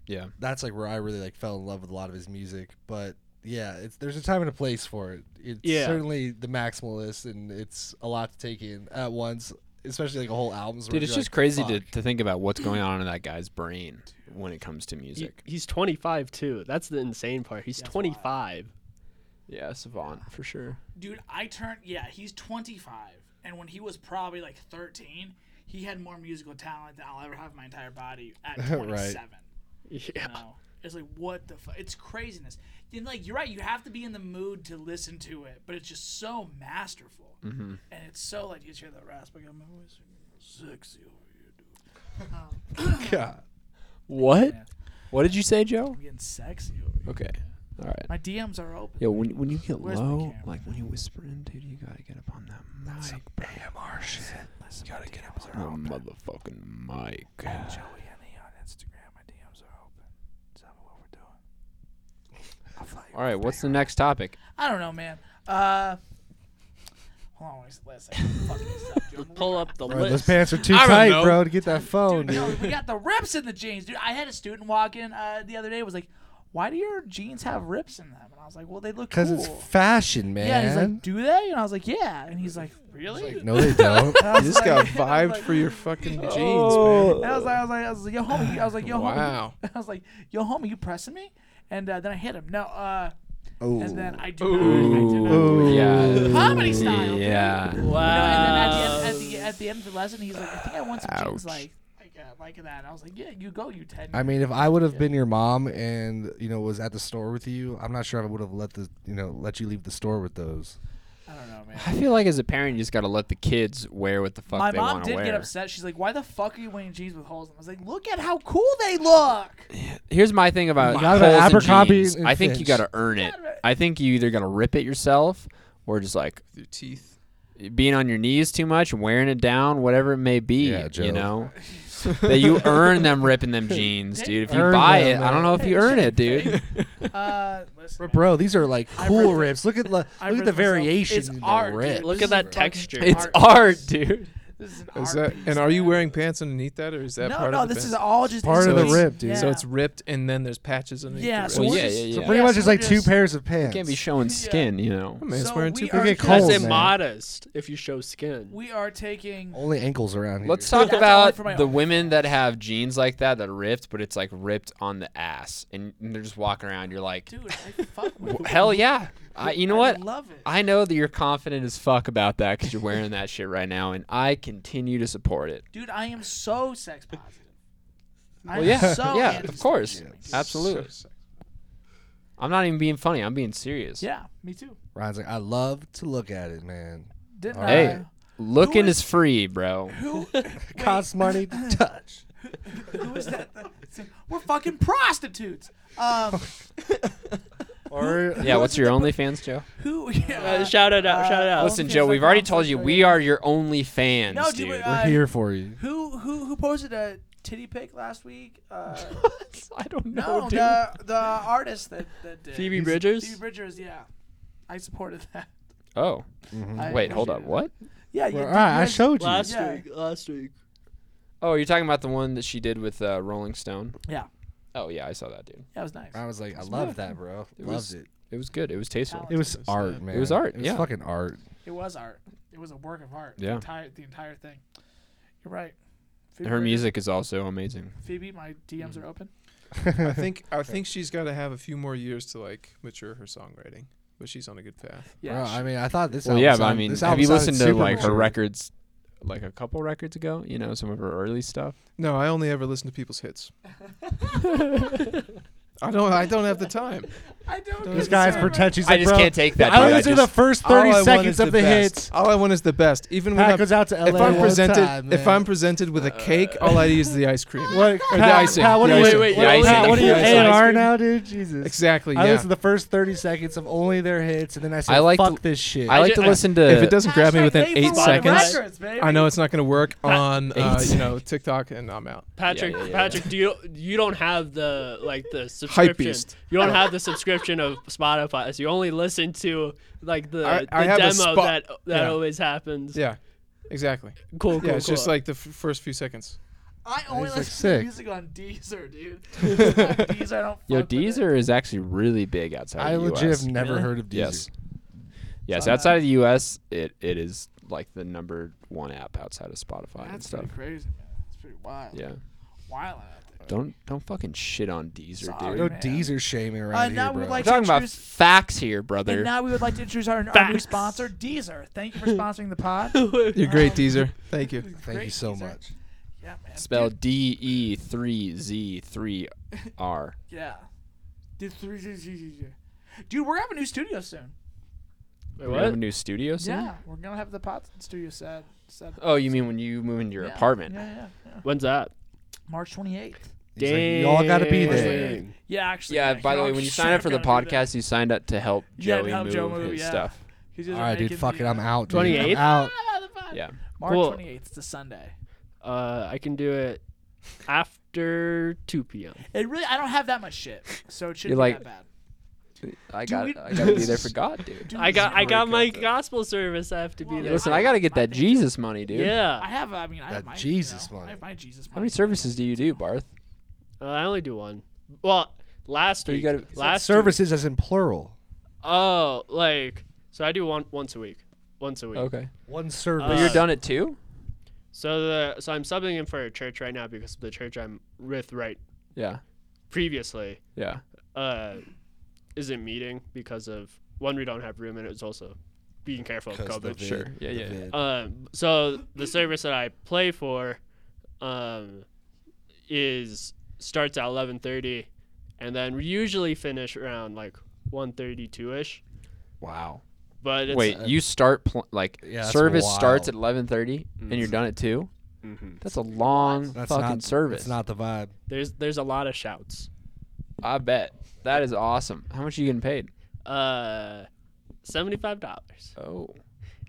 E: Yeah.
D: that's like where I really like fell in love with a lot of his music. But yeah, it's there's a time and a place for it. It's
C: Yeah.
D: certainly the maximalist, and it's a lot to take in at once, especially like a whole album's. where
E: Dude, it's
D: you're
E: just
D: like,
E: crazy to,
D: "Fuck."
E: to think about what's going on in that guy's brain when it comes to
C: He-
E: music.
C: he's 25 too. That's the insane part. He's 25.
E: Yeah, Savant for sure.
B: Dude, I turned yeah, he's 25 and when he was probably like 13, he had more musical talent than I'll ever have in my entire body at 27.
C: Yeah.
B: You know? It's like what the fuck? It's craziness. And like you're right, you have to be in the mood to listen to it, but it's just so masterful. Mm-hmm. And it's so like you just hear that rasp I got my voice sexy over here, dude.
D: Yeah.
E: What? What did you say, Joe?
B: I'm getting sexy over here.
E: Okay. All right.
B: My DMs are open.
E: Yo, when when you get
B: Where's my
E: low,
B: camera?
E: like when you whispering, dude, you gotta get up on that mic. AMR shit. You gotta get up on that motherfucking mic. All right, what's the next topic?
B: I don't know, man. Uh Hold on, wait a second. Fuck this up, dude. I'm
C: Pull up the
D: Bro, those
C: list.
D: pants are too
A: I don't
D: tight,
A: know.
D: bro, to get that phone,
B: Dude,
D: Oh, dude.
B: no, we got the rips in the jeans, dude. I had a student walk in uh, the other day was like, "Why do your jeans have rips in them?" And I was like, "Well, they look
D: Because
B: cool."
D: it's fashion, man.
B: yeah, and he's like, "Do they?" And I was like, "Yeah." And he's like, "Really?"
D: Like, no, they don't.
B: And I was
A: You just got
B: like-
A: vibed
B: like- oh.
A: for your fucking jeans,
B: And I was like, I was like, I was like, yo, homie, I was like, yo,
A: man.
B: homie,
A: Wow.
B: I was like, yo, homie, you pressing me? And uh, then I hit him. No, uh, and then I do not, I do not.
E: Yeah.
B: Comedy style, dude.
E: Yeah.
B: No, and then at
C: Wow.
B: the, end, at, the, at the end of the lesson, he's like, I think I want some jeans like like, uh, like that. And I was like, yeah, you go, you Ted.
D: I mean, if I would have been your mom and you know was at the store with you, I'm not sure if I would have let the you know let you leave the store with those.
B: I don't know, man.
E: I feel like as a parent, you just gotta let the kids wear what the fuck
B: My
E: they
B: mom
E: want to
B: did
E: wear.
B: get upset. She's like, "Why the fuck are you wearing jeans with holes?" And I was like, "Look at how cool they look."
E: Here's my thing about
D: Not
E: holes
D: about
E: in
D: Abercrombie
E: jeans.
D: and
E: I think you
D: Fitch.
E: gotta earn it. I think you either gotta rip it yourself or just like
A: With your teeth.
E: being on your knees too much, wearing it down, whatever it may be.
D: Yeah, Joe.
E: You know, that you earn them ripping them jeans, dude. If you
D: Earn
E: buy
D: them,
E: it, I don't
D: man.
E: know if you earn it, dude.
B: Uh, listen,
D: But bro, these are like
B: I
D: cool
B: ripped-
D: rips. Look at la-
B: I
D: look
B: ripped
D: at the
B: myself.
D: variation
B: It's
D: in the
B: art, dude.
D: rips.
C: Look at that
B: Fucking
C: texture.
E: It's
B: Art
E: art,
B: piece.
E: dude.
B: this is an
A: Is
B: art
A: that?
B: piece,
A: And are you
B: man.
A: wearing pants underneath that, or is that
B: no,
A: part
B: no,
A: of the
B: this
A: pants?
B: is all just
D: Part of the
B: it's-
D: rip, dude.
B: Yeah.
A: So it's ripped, and then there's patches underneath.
B: yeah,
A: the
B: so
A: rip.
E: Well,
B: we're
E: yeah,
B: just-
E: yeah,
D: So
E: yeah.
D: pretty
B: yeah,
D: much
B: so
D: it's like
B: we're
D: two
B: just-
D: pairs of pants.
E: Can't be showing skin, you know.
A: Oh, man, it's
B: So
A: wearing
B: we
A: two
B: are
A: pairs of
D: getting
A: clothes.
C: That's
D: cold, man.
C: immodest if you show skin.
B: We are taking.
E: Oh.
D: Only ankles around here.
E: Let's
B: That's
E: talk
B: only
E: about
B: for my
E: the
B: own
E: women that have jeans like that that are ripped, but it's like ripped on the ass, and, and they're just walking around. You're like,
B: Dude, I fuck with
E: "W- hell yeah! I, you know
B: I
E: what?
B: love it.
E: I know that you're confident as fuck about that because you're wearing that shit right now, and I continue to support it.
B: Dude, I am so sex positive. I
E: Well,
B: am
E: yeah,
B: so
E: yeah,
B: anti-
E: of course, absolutely.
A: So-
E: I'm not even being funny. I'm being serious.
B: Yeah, me too.
D: Ryan's like, I love to look at it, man.
B: Didn't uh,
D: All
E: Hey,
B: I?
E: looking
B: Who
E: is free, bro.
B: Who?
D: Costs money to touch.
B: Who is that? We're fucking prostitutes. Um,
D: Or
E: Yeah, what's your OnlyFans, Joe?
B: who? Yeah,
C: Uh, shout it out! shout it
B: Oh,
C: out!
E: Listen, Joe, we've already told you we are your OnlyFans,
B: No, dude,
E: dude.
B: but, uh,
D: we're here for you.
B: Who who who posted a titty pic last week? Uh,
E: I don't know,
B: no,
E: dude.
B: the the artist that that did.
C: Phoebe Bridgers.
B: Phoebe Bridgers, yeah. I supported that.
E: Oh,
B: I
E: wait, hold up.
B: appreciate
E: What?
B: it. Yeah, you
D: Well,
B: did-
D: Mm-hmm. all right,
B: you
D: I
B: guys-
D: showed you.
C: Last
B: Yeah.
C: week, last week.
E: Oh, you're talking about the one that she did with uh, Rolling Stone?
B: Yeah.
E: Oh yeah, I saw that dude.
B: That was nice.
D: I was like, I love that, bro.
E: It
D: Loved
E: was-
D: it.
E: It was good. It was tasteful.
B: Talent.
D: It was
A: was
D: art,
A: that.
D: man.
E: It was art,
D: It was
E: yeah.
D: fucking art.
B: It was art. It was a work of art. The
E: Yeah.
B: entire, the entire thing. You're right. Phoebe,
E: Her music is also amazing.
B: Phoebe, my DMs are open.
A: I think I think she's got to have a few more years to like mature her songwriting, but she's on a good path.
D: Bro, I mean, I thought this.
E: Well,
D: album
E: yeah, but I
D: sounded-
E: mean,
D: this
E: have
D: album
E: you
D: sounded
E: listened to
D: super
E: like her
D: mature.
E: records, like a couple records ago? You know, some of her early stuff.
A: No, I only ever listen to people's hits. I don't. I don't have the time.
B: I don't.
A: Those
B: get
D: This
B: it,
D: guy's
B: sir.
D: pretentious. He's
E: I
D: like,
E: just
D: bro,
E: can't take that.
D: I
E: dude. I
D: listened to the
E: just-
D: first
A: All I
D: thirty
A: want is
D: seconds of the
A: best.
D: hits.
A: All I want is the best. Even when
D: Pat
A: I'm,
D: goes out to LA.
A: if I'm
D: one
A: presented,
D: time,
A: if
D: man.
A: I'm presented with a cake, all I eat is the ice cream.
D: what, Pat,
A: icing.
D: Pat, what
E: The
D: are you?
E: icing. Wait, wait,
D: what,
E: the
D: Pat,
E: icing.
D: what are you?
E: The icing.
D: A and R now, dude. Jesus.
A: Exactly.
D: I
A: yeah.
D: listened to the first thirty seconds of only their hits, and then I said,
E: I like
D: "Fuck
E: to-
D: this shit."
E: I like
C: ju-
E: to
C: I-
E: listen to.
A: if it doesn't grab me
B: Hashtag
A: within
B: they
A: eight
B: for the
A: seconds,
B: Records, baby.
A: I know it's not going to work
C: Pat-
A: on
E: Eight
A: uh, you know TikTok, and I'm out.
C: Patrick,
E: yeah, yeah.
C: Patrick, do you you don't have the like the subscription?
A: Hypebeast.
C: You don't have the subscription of Spotify, so you only listen to like the,
A: I-
C: the
A: I have a
C: demo
A: spot-
C: that that
A: yeah.
C: always happens.
A: Yeah, exactly.
C: Cool, cool,
A: Yeah, it's
C: cool.
A: just like the f- first few seconds.
B: I only
D: He's, like,
B: listen to
D: sick.
B: music on Deezer, dude. It's not Deezer, I don't.
E: Yo,
B: fuck with it.
E: Deezer is actually really big outside.
D: I
E: of the
D: legit
E: US.
D: have never
B: Really?
D: heard of Deezer.
E: Yes. Yes,
B: So-
E: outside of the U.S., it, it is like the number one app outside of Spotify and
B: That's
E: stuff.
B: pretty crazy, man. That's pretty wild.
E: Yeah,
B: Wild out there.
E: don't don't fucking shit on Deezer,
B: Sorry,
E: dude.
D: No
B: man.
D: Deezer shaming around
B: Uh,
D: here,
B: now we
D: bro.
B: would
E: We're
B: like-
E: talking about
B: Teachers-
E: facts here,
B: And
E: brother.
B: now we would like to introduce our, our new
C: Facts.
B: sponsor, Deezer. Thank you for sponsoring the pod.
A: You're great, Deezer. Thank you.
D: Thank
B: Great
D: you so
B: Deezer.
D: much.
B: Yeah, man.
E: Spell
B: Dude,
E: D E three Z three R.
B: yeah. Dude, three- three- three- three- three. Dude, we're gonna have a new studio soon.
C: Wait,
E: We have a
C: what?
E: new studio soon.
B: Yeah, we're gonna have the pod studio set. set
E: Oh, you mean when you move into your
B: Yeah,
E: apartment?
B: Yeah, yeah, yeah.
C: When's that?
B: March 28th.
D: He's like, you all got to be
C: Dang.
D: there.
B: Yeah, actually.
E: Yeah. By the
B: oh,
E: way, when you
B: shit,
E: sign up for
B: I'm
E: the
B: gonna do that.
E: podcast, you signed up to help
B: Yeah, to
E: Joey
B: help
E: move
B: Joe move,
E: his
B: yeah.
E: stuff.
B: You
D: All
B: just are
D: right, dude.
B: making
D: Fuck
B: me-
D: it. I'm out. dude.
C: 28th?
D: I'm out.
E: Yeah.
B: March
C: Cool.
B: 28th. It's a Sunday.
C: Uh, I can do it after 2 p.m.
B: It really. I don't have that much shit, so it shouldn't
E: You're
B: be
E: like-
B: that bad.
E: I
B: Do
E: got
B: we-
E: I got to be there for God, dude.
B: Dude,
C: I got I
B: zero.
C: got my gospel service. I have to be
B: Well,
C: there.
E: Listen, I got to get
B: My
E: that
B: thing-
E: Jesus money, dude.
B: I
C: yeah,
B: have. I mean, I have
D: That
B: my
D: Jesus
B: you know, I
D: money.
B: have my Jesus money.
E: How many services do you do, Barth?
C: Uh, I only do one. Well, last
E: you
C: week,
E: gotta-
C: last week-
D: Services as in plural.
C: Oh, like so I do one once a week. Once a week.
E: Okay.
D: One service.
E: But
C: Uh,
E: you're done at two.
C: So the so I'm subbing in for a church right now because the church I'm with right
E: Yeah.
C: previously
E: Yeah.
C: uh isn't meeting because of one we don't have room and it was also being careful of
D: Because
C: COVID.
D: the vid,
E: sure. Yeah, yeah,
D: the
E: yeah.
D: vid.
C: Um, so the service that I play for, um, is starts at eleven thirty, and then we usually finish around like one thirty two ish.
E: Wow.
C: But it's,
E: Wait, you start pl- like
D: Yeah, that's
E: service starts at
D: wild.
E: 11:30 and
B: Mm-hmm.
E: you're done at 2?
C: Mhm.
E: That's a long
D: That's
E: fucking
D: not,
E: service.
D: It's not the vibe.
C: there's there's a lot of shouts.
E: I bet. That is awesome. How much are you getting paid?
C: Uh, seventy five dollars.
E: Oh.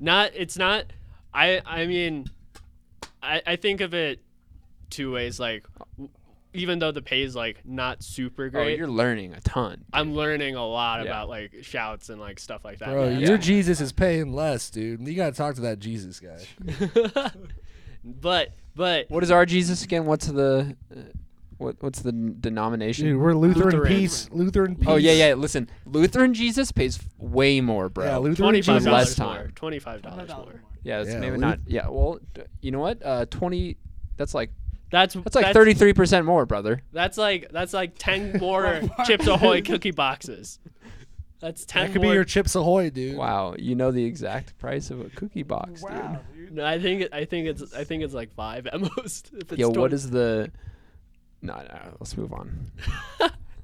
C: Not it's not. I I mean, I I think of it two ways. Like, w- even though the pay is like not super
E: Oh,
C: great,
E: you're learning a ton.
C: I'm learning a lot
E: Yeah.
C: about like shouts and like stuff like that.
D: Bro,
C: Yeah.
D: your Jesus is paying less, dude. You got to talk to that Jesus guy.
C: but but
E: What is our Jesus again? What's the uh, what what's the n- denomination?
D: Dude, we're Lutheran,
C: Lutheran.
D: peace. Lutheran peace.
E: oh yeah, yeah, listen. Lutheran Jesus pays way more, bro.
D: Yeah, Lutheran
C: twenty
D: Jesus.
C: five
E: less
C: dollars more.
E: time.
C: Twenty five dollars
B: $25
C: more.
E: Yeah, it's
D: Yeah,
E: maybe
D: Luth-
E: not. Yeah, well, d- you know what? Uh 20 that's like
C: That's
E: that's like 33% more, brother.
C: That's like that's like ten more Chips Ahoy cookie boxes. That's ten
D: That could
C: more.
D: be your Chips Ahoy, dude.
E: Wow, you know the exact price of a cookie box, dude.
B: Wow, dude.
C: no, I think it- I think it's I think it's like five at most. If it's
E: Yo, what
C: 20
E: is the? No, no, let's move on.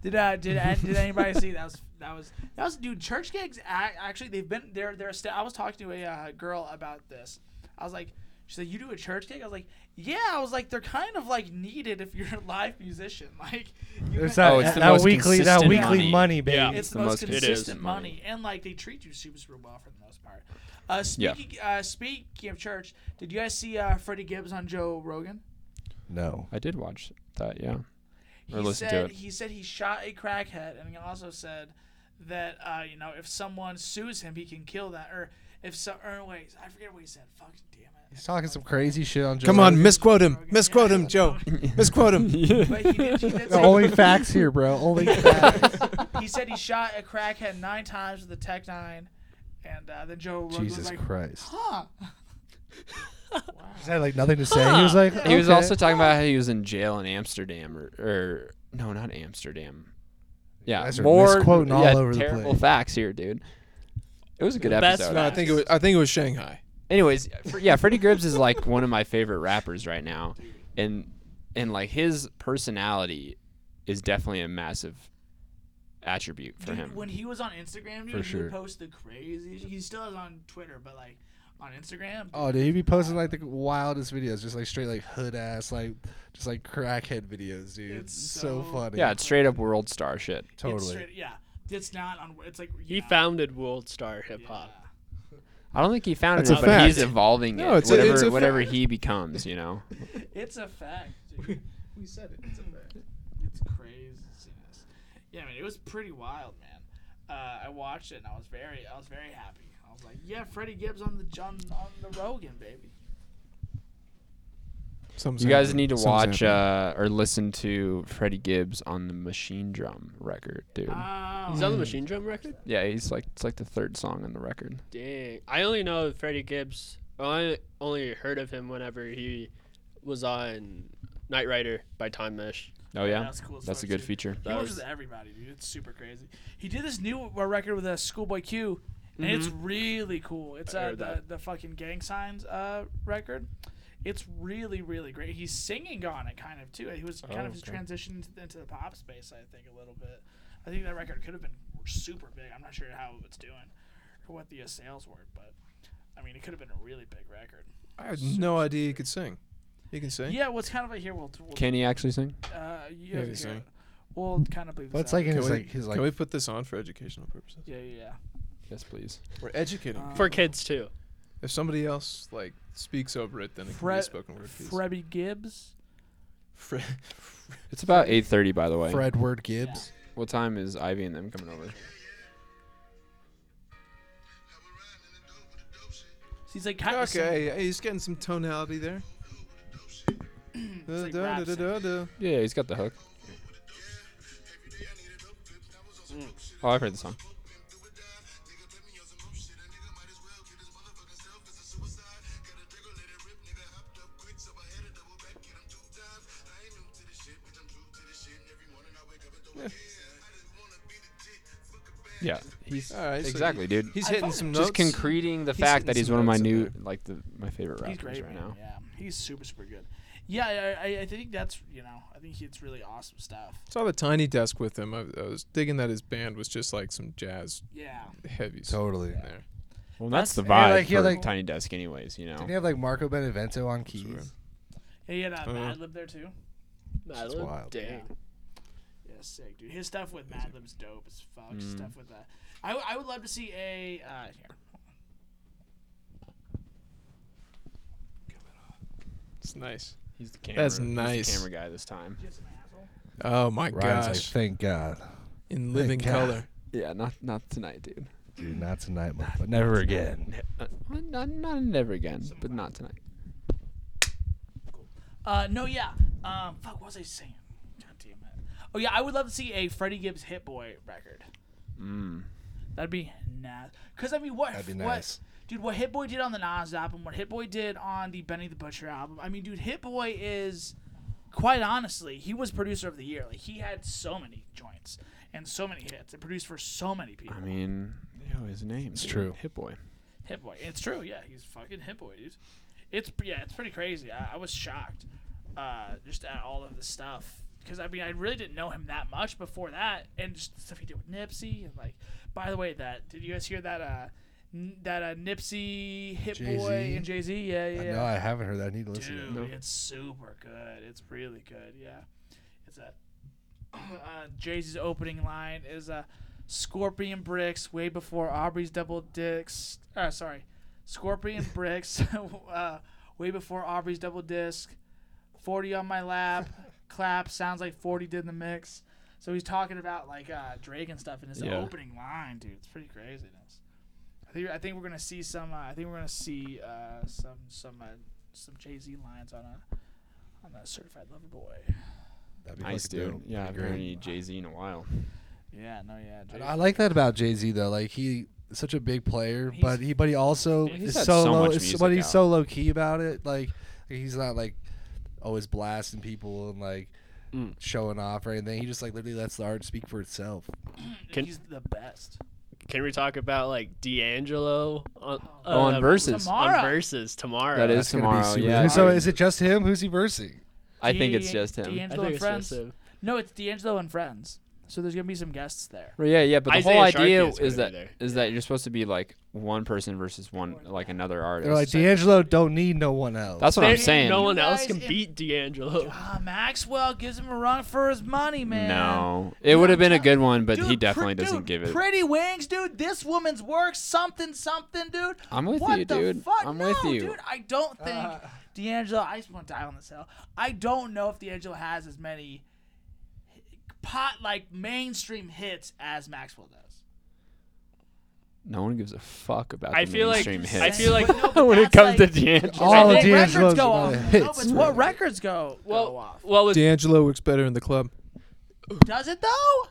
B: Did uh, did and did anybody see that was that was that was dude church gigs a- actually they've been they're they're sta- I was talking to a uh, girl about this. I was like she said you do a church gig? I was like yeah, I was like they're kind of like needed if you're a live musician. Like you
D: It's
B: can-
D: that,
E: Oh, it's the
D: that
E: most
D: weekly, that
E: consistent
D: weekly
E: money.
D: money, baby.
C: Yeah.
B: it's the most consistent money. and like they treat you super, super well for the most part. Uh,
E: Yeah.
B: speaking uh, speaking of church, did you guys see uh, Freddie Gibbs on Joe Rogan?
D: No.
E: I did watch that. Yeah.
B: He
E: Or listen
B: said
E: to it.
B: he said he shot a crackhead, and he also said that uh, you know if someone sues him, he can kill that, or If so, or wait, I forget what he said. Fuck, damn it.
D: He's talking some crazy shit on Joe.
A: Come on,
D: Rogan.
A: misquote him. Misquote him, Joe. Misquote him.
B: But he, did, he, did
D: The
B: say,
D: only facts here, bro. Only facts.
B: he said he shot a crackhead nine times with a Tech Nine, and uh, then Joe Rogan
D: Jesus
B: was like,
D: Christ.
B: "Huh."
D: He had like nothing to say. He was like,
E: He was
D: okay.
E: also talking about how he was in jail in Amsterdam or, or no, not Amsterdam. Yeah,
D: guys are
E: more
D: misquoting all
E: yeah,
D: over the
E: terrible
D: place.
E: facts here, dude. It was a good
C: The best
E: episode.
A: No, I think it was. I think it was Shanghai.
E: Anyways, Fr- yeah, Freddie Gibbs is like one of my favorite rappers right now, and and like his personality is definitely a massive attribute for
B: Dude,
E: him.
B: when he was on Instagram, dude,
D: For
B: he
D: sure.
B: would post the craziest. He still is on Twitter, but like on Instagram,
D: Oh, dude, he be posting like the wildest videos, just like straight like hood ass, like just like crackhead videos, dude.
B: It's
D: It's
B: so-
D: so, funny.
E: yeah, it's straight up world star shit.
B: it's
D: totally.
B: straight, yeah. It's not on. It's like
C: He
B: yeah,
C: founded World Star Hip
B: yeah.
C: Hop.
E: I don't think he found
A: That's
E: it,
A: a
E: but
A: fact.
E: he's evolving
A: No,
E: it.
A: it's a-
E: whatever
A: it's a
E: whatever
A: fact.
E: he becomes, you know.
B: It's a fact. Dude.
A: We said it. It's a fact.
B: It's craziness. Yeah, I mean, it was pretty wild, man. Uh, I watched it and I was very, I was very happy. I was like, yeah, Freddie Gibbs on the on, on the Rogan, baby.
A: Something's
E: You guys
A: happening.
E: need to
A: Something's
E: watch
A: happening.
E: uh, or listen to Freddie Gibbs on the Machine Drum record, dude.
B: Oh,
C: He's on the
E: Hmm.
C: Machine Drum record.
E: Yeah, he's like it's like the third song on the record.
C: Dang, I only know Freddie Gibbs. Oh, I only heard of him whenever he was on Knight Rider by Time Mesh.
E: Oh yeah,
B: that's cool. as
E: that's a
B: fuck,
E: good
B: too.
E: feature.
B: He works
C: was-
B: with everybody, dude. It's super crazy. He did this new uh, record with a Schoolboy Q, and it's really cool. It's
C: Mm-hmm. I
B: uh,
C: heard
B: the
C: that.
B: the fucking Gang Signs uh record. It's really really great. He's singing on it kind of too. He was
C: Oh,
B: kind of his transition into the, into the pop space, I think, a little bit. I think that record could have been super big. I'm not sure how it's doing or what the uh, sales were, but I mean, it could have been a really big record.
A: I had no idea he could sing. He can sing.
B: Yeah, well, it's kind of a here. We'll, we'll
E: Can he actually sing?
B: uh, you
A: Yeah,
B: have
A: he's
B: to
A: singing.
B: hear it. We'll kind of believe.
D: But it's like in
A: Can
D: his
A: we-
D: like his
A: Can we
D: like
A: put this on for educational purposes? Uh,
B: yeah, yeah, yeah.
E: Yes, please.
A: We're educating.
B: Um,
C: For kids too.
A: if somebody else like speaks over it, then it can be
B: Fred-
A: a spoken word piece.
B: Freddie Gibbs.
A: Fred.
E: It's about eight thirty, by the way.
D: Fred Word Gibbs.
E: What time is Ivy and them coming over?
B: So he's like kind of
A: Okay, yeah, he's getting some tonality there.
B: like rap singing.
A: Da-da-da-da-da.
E: Yeah, he's got the hook.
A: Mm.
E: Oh, I've heard the song. Yeah, he's
A: All right, so
E: exactly, dude.
A: He's
B: I
A: hitting
B: thought-
A: some notes.
E: just concreting the
A: he's hitting
E: fact that he's
A: some
E: one of my
A: notes in
E: new,
A: there.
E: like the my favorite
B: He's
E: rappers
B: great
E: right
B: man.
E: now.
B: Yeah, he's super super good. Yeah, I- I, I, I think that's you know I think it's really awesome stuff.
A: Saw the tiny desk with him. I, I was digging that his band was just like some jazz
B: Yeah,
A: heavy stuff
D: Totally.
A: in there.
E: Well, that's, the
D: Yeah,
E: vibe
D: like, yeah,
E: for
D: like-
E: Tiny Desk, anyways. You know.
D: Did he have like Marco Benevento on
A: weird.
D: keys?
B: yeah, he had uh,
A: Uh-huh.
B: Madlib there too.
C: That's
D: wild.
C: Dang.
B: Yeah, sick dude. His stuff with Madlib's dope as fuck.
A: Mm.
B: His stuff with uh, I, w- I would love to see a uh, here.
A: It's nice.
E: He's the camera.
A: That's
E: he's the
A: nice.
E: camera guy this time.
A: Oh my
D: Ryan's like,
A: gosh!
D: thank God,
A: in living
D: God.
A: color.
E: Yeah, not not tonight, dude.
D: dude, not tonight, but never again.
E: Uh, not, not never again, but not tonight.
B: Uh, no, yeah. Um, fuck, what was I saying? God damn it. Oh yeah, I would love to see a Freddie Gibbs Hit Boy record.
E: Mm.
B: That'd be nice. Cause I mean, what?
D: That'd be
B: what-
D: nice.
B: dude. What Hit Boy did on the Nas album, what Hit Boy did on the Benny the Butcher album. I mean, dude, Hit Boy is, quite honestly, he was producer of the year. Like he had so many joints and so many hits. and produced for so many people.
E: I mean, you know, his name. It's
D: true.
E: Hit boy.
B: Hit Boy. It's true. Yeah, he's fucking Hit Boy, dude. It's yeah, it's pretty crazy. I, I was shocked, uh, just at all of the stuff. Because I mean, I really didn't know him that much before that, and just the stuff he did with Nipsey. And like, by the way, that did you guys hear that? Uh, n- that uh, Nipsey Hit Boy
D: Jay-Z?
B: and Jay Z. Yeah, yeah.
D: I
B: yeah.
D: know I haven't heard that. I need to listen
B: Dude,
D: to it.
B: it's super good. It's really good. Yeah, it's a uh, Jay-Z's opening line is uh, "Scorpion bricks way before Aubrey's double dicks." Uh, sorry, "Scorpion bricks uh, way before Aubrey's double disc." Forty on my lap, clap sounds like forty did in the mix. So he's talking about like uh, Drake and stuff in his
E: Yeah.
B: opening line, dude. It's pretty craziness. I think, I think we're gonna see some. Uh, I think we're gonna see uh, some some uh, some Jay Z lines on a on a certified lover boy.
D: That'd be
E: Nice,
D: fucking
E: dude.
D: dope.
E: Yeah, I haven't
D: That'd be
E: heard
D: great.
E: any Jay Z in a while.
B: Yeah, no, yeah.
D: And I like that about Jay Z though. Like he is such a big player, but he but he also
E: He's
D: is
E: had
D: so,
E: so
D: low.
E: much
D: is-
E: music
D: But he's
E: out.
D: so low key about it. Like he's not like always blasting people and like
C: Mm.
D: showing off or anything. He just like literally lets the art speak for itself.
C: Can-
B: He's the best.
C: Can we talk about like D'Angelo on,
E: Oh, on
C: uh,
E: Versus.
B: Tomorrow.
C: On Versus tomorrow.
E: That is
D: That's gonna be
E: tomorrow.
D: super-
E: Yeah.
D: So is it just him? Who's he versing?
E: I think it's
B: D-
E: just him.
C: I
B: D'Angelo
C: think
B: and
C: it's
B: friends.
C: just him.
B: No, it's D'Angelo and friends. So there's gonna be some guests there.
E: Well, yeah, yeah, but the whole
C: Isaiah Sharkey
E: idea
C: is
E: is,
C: gonna be
E: that
C: there.
E: is that you're supposed to be like one person versus one like another artist.
D: They're like D'Angelo don't need no one else.
E: That's what I'm
C: There-
E: saying.
C: No
B: You
C: one else
B: guys
C: can
B: in-
C: beat D'Angelo.
B: Ah, Maxwell gives him a run for his money, man.
E: No, it
B: Dude,
E: would have
B: I'm
E: been a
B: tell-
E: good one, but
B: Dude,
E: he definitely
B: pre-
E: doesn't
B: dude,
E: give it.
B: Pretty wings, dude. This woman's work, something, something, dude.
E: I'm with
B: what
E: you,
B: the
E: dude.
B: Fuck?
E: I'm
B: no,
E: with you.
B: dude. I don't
D: Uh,
B: think D'Angelo. I just want to die on this hill. I don't know if D'Angelo has as many pot like mainstream hits as Maxwell does.
E: no one gives a fuck about.
C: I
E: the
C: feel like
E: mainstream
C: I
E: hits.
C: feel like
B: No, but
E: when it
B: that's
E: comes
B: like,
E: to D'Angelo.
D: All
B: what
D: of Oh, D'Angelo's
B: records go off.
D: about
B: No, but
D: hits.
B: what records go go
C: well,
B: off?
C: well with
A: D'Angelo works better in the club.
B: Does it though?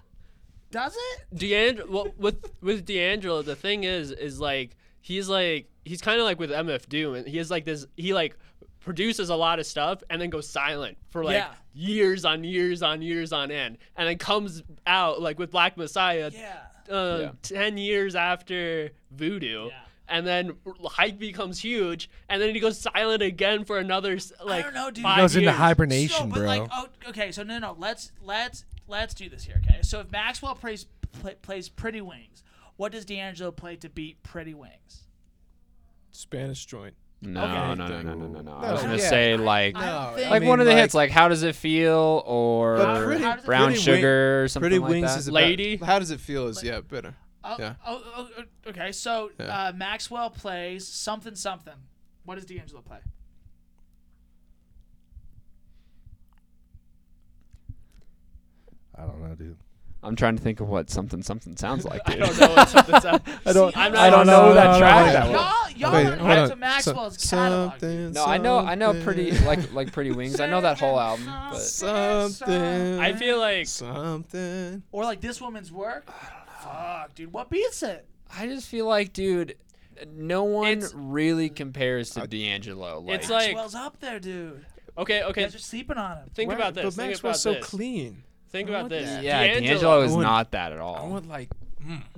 B: Does it?
C: D'Angelo, well, with with D'Angelo, the thing is, is like he's like he's kind of like with MF Doom, and he has like this. He like produces a lot of stuff and then goes silent for like
B: Yeah.
C: years on years on years on end, and then comes out like with Black Messiah,
B: Yeah.
C: uh,
E: Yeah.
C: ten years after Voodoo.
B: Yeah.
C: And then hype becomes huge, and then he goes silent again for another s- like
B: don't know, dude. He
C: five
D: he goes into
C: years.
D: hibernation,
B: so, but
D: bro.
B: Like, oh, okay, so no, no, let's let's let's do this here, okay? So if Maxwell plays pl- plays Pretty Wings, what does D'Angelo play to beat Pretty Wings?
A: Spanish joint.
E: no,
B: Okay.
E: no, no, no, no, no, no. I
A: No,
E: was gonna
A: yeah.
E: say like
B: I don't
A: No,
B: think-
A: Oh, I
E: like
A: mean,
E: one of the
A: like-
E: hits, like how does it feel or
A: But pretty-
B: How does it
E: brown
A: Pretty Wing-
E: sugar or something
A: Pretty
E: like
A: Wings
E: that.
A: is about,
C: Lady.
A: How does it feel? Is yeah better.
B: Oh,
A: Yeah.
B: oh, oh, oh, okay, so
A: Yeah.
B: uh, Maxwell plays something something. What does D'Angelo play?
D: I don't know, dude.
E: I'm trying to think of what something something sounds like.
C: I
E: Dude.
C: don't know what's up. That's up.
E: I don't.
C: I'm not-
E: I don't know
D: no,
E: that
D: no,
E: track.
D: no,
E: that
D: no.
E: well.
B: Y'all, y'all
A: Oh. Wait,
B: are
A: hold
B: into
A: on.
B: Maxwell's
A: So-
B: catalog. dude.
A: something,
E: No, I know. I know pretty
A: something,
E: like like pretty wings. I know that whole album, but
A: something.
C: I
B: Mm-hmm.
C: feel like
A: something.
B: Or like this woman's work. Fuck, dude, what beats it?
E: I just feel like, dude, no one
C: It's-
E: really compares to D'Angelo. Uh, Like,
C: it's like-
B: Maxwell's up there, dude.
C: okay,
B: You
C: okay.
B: guys are sleeping on him.
C: Think
A: Where-
C: about this.
A: But
C: Think
A: Max
C: about
A: was so
C: this.
A: clean.
C: Think
A: I
C: about
A: want
C: this.
A: that.
E: yeah, D'Angelo, is
A: I want-
E: not that at all.
A: I want like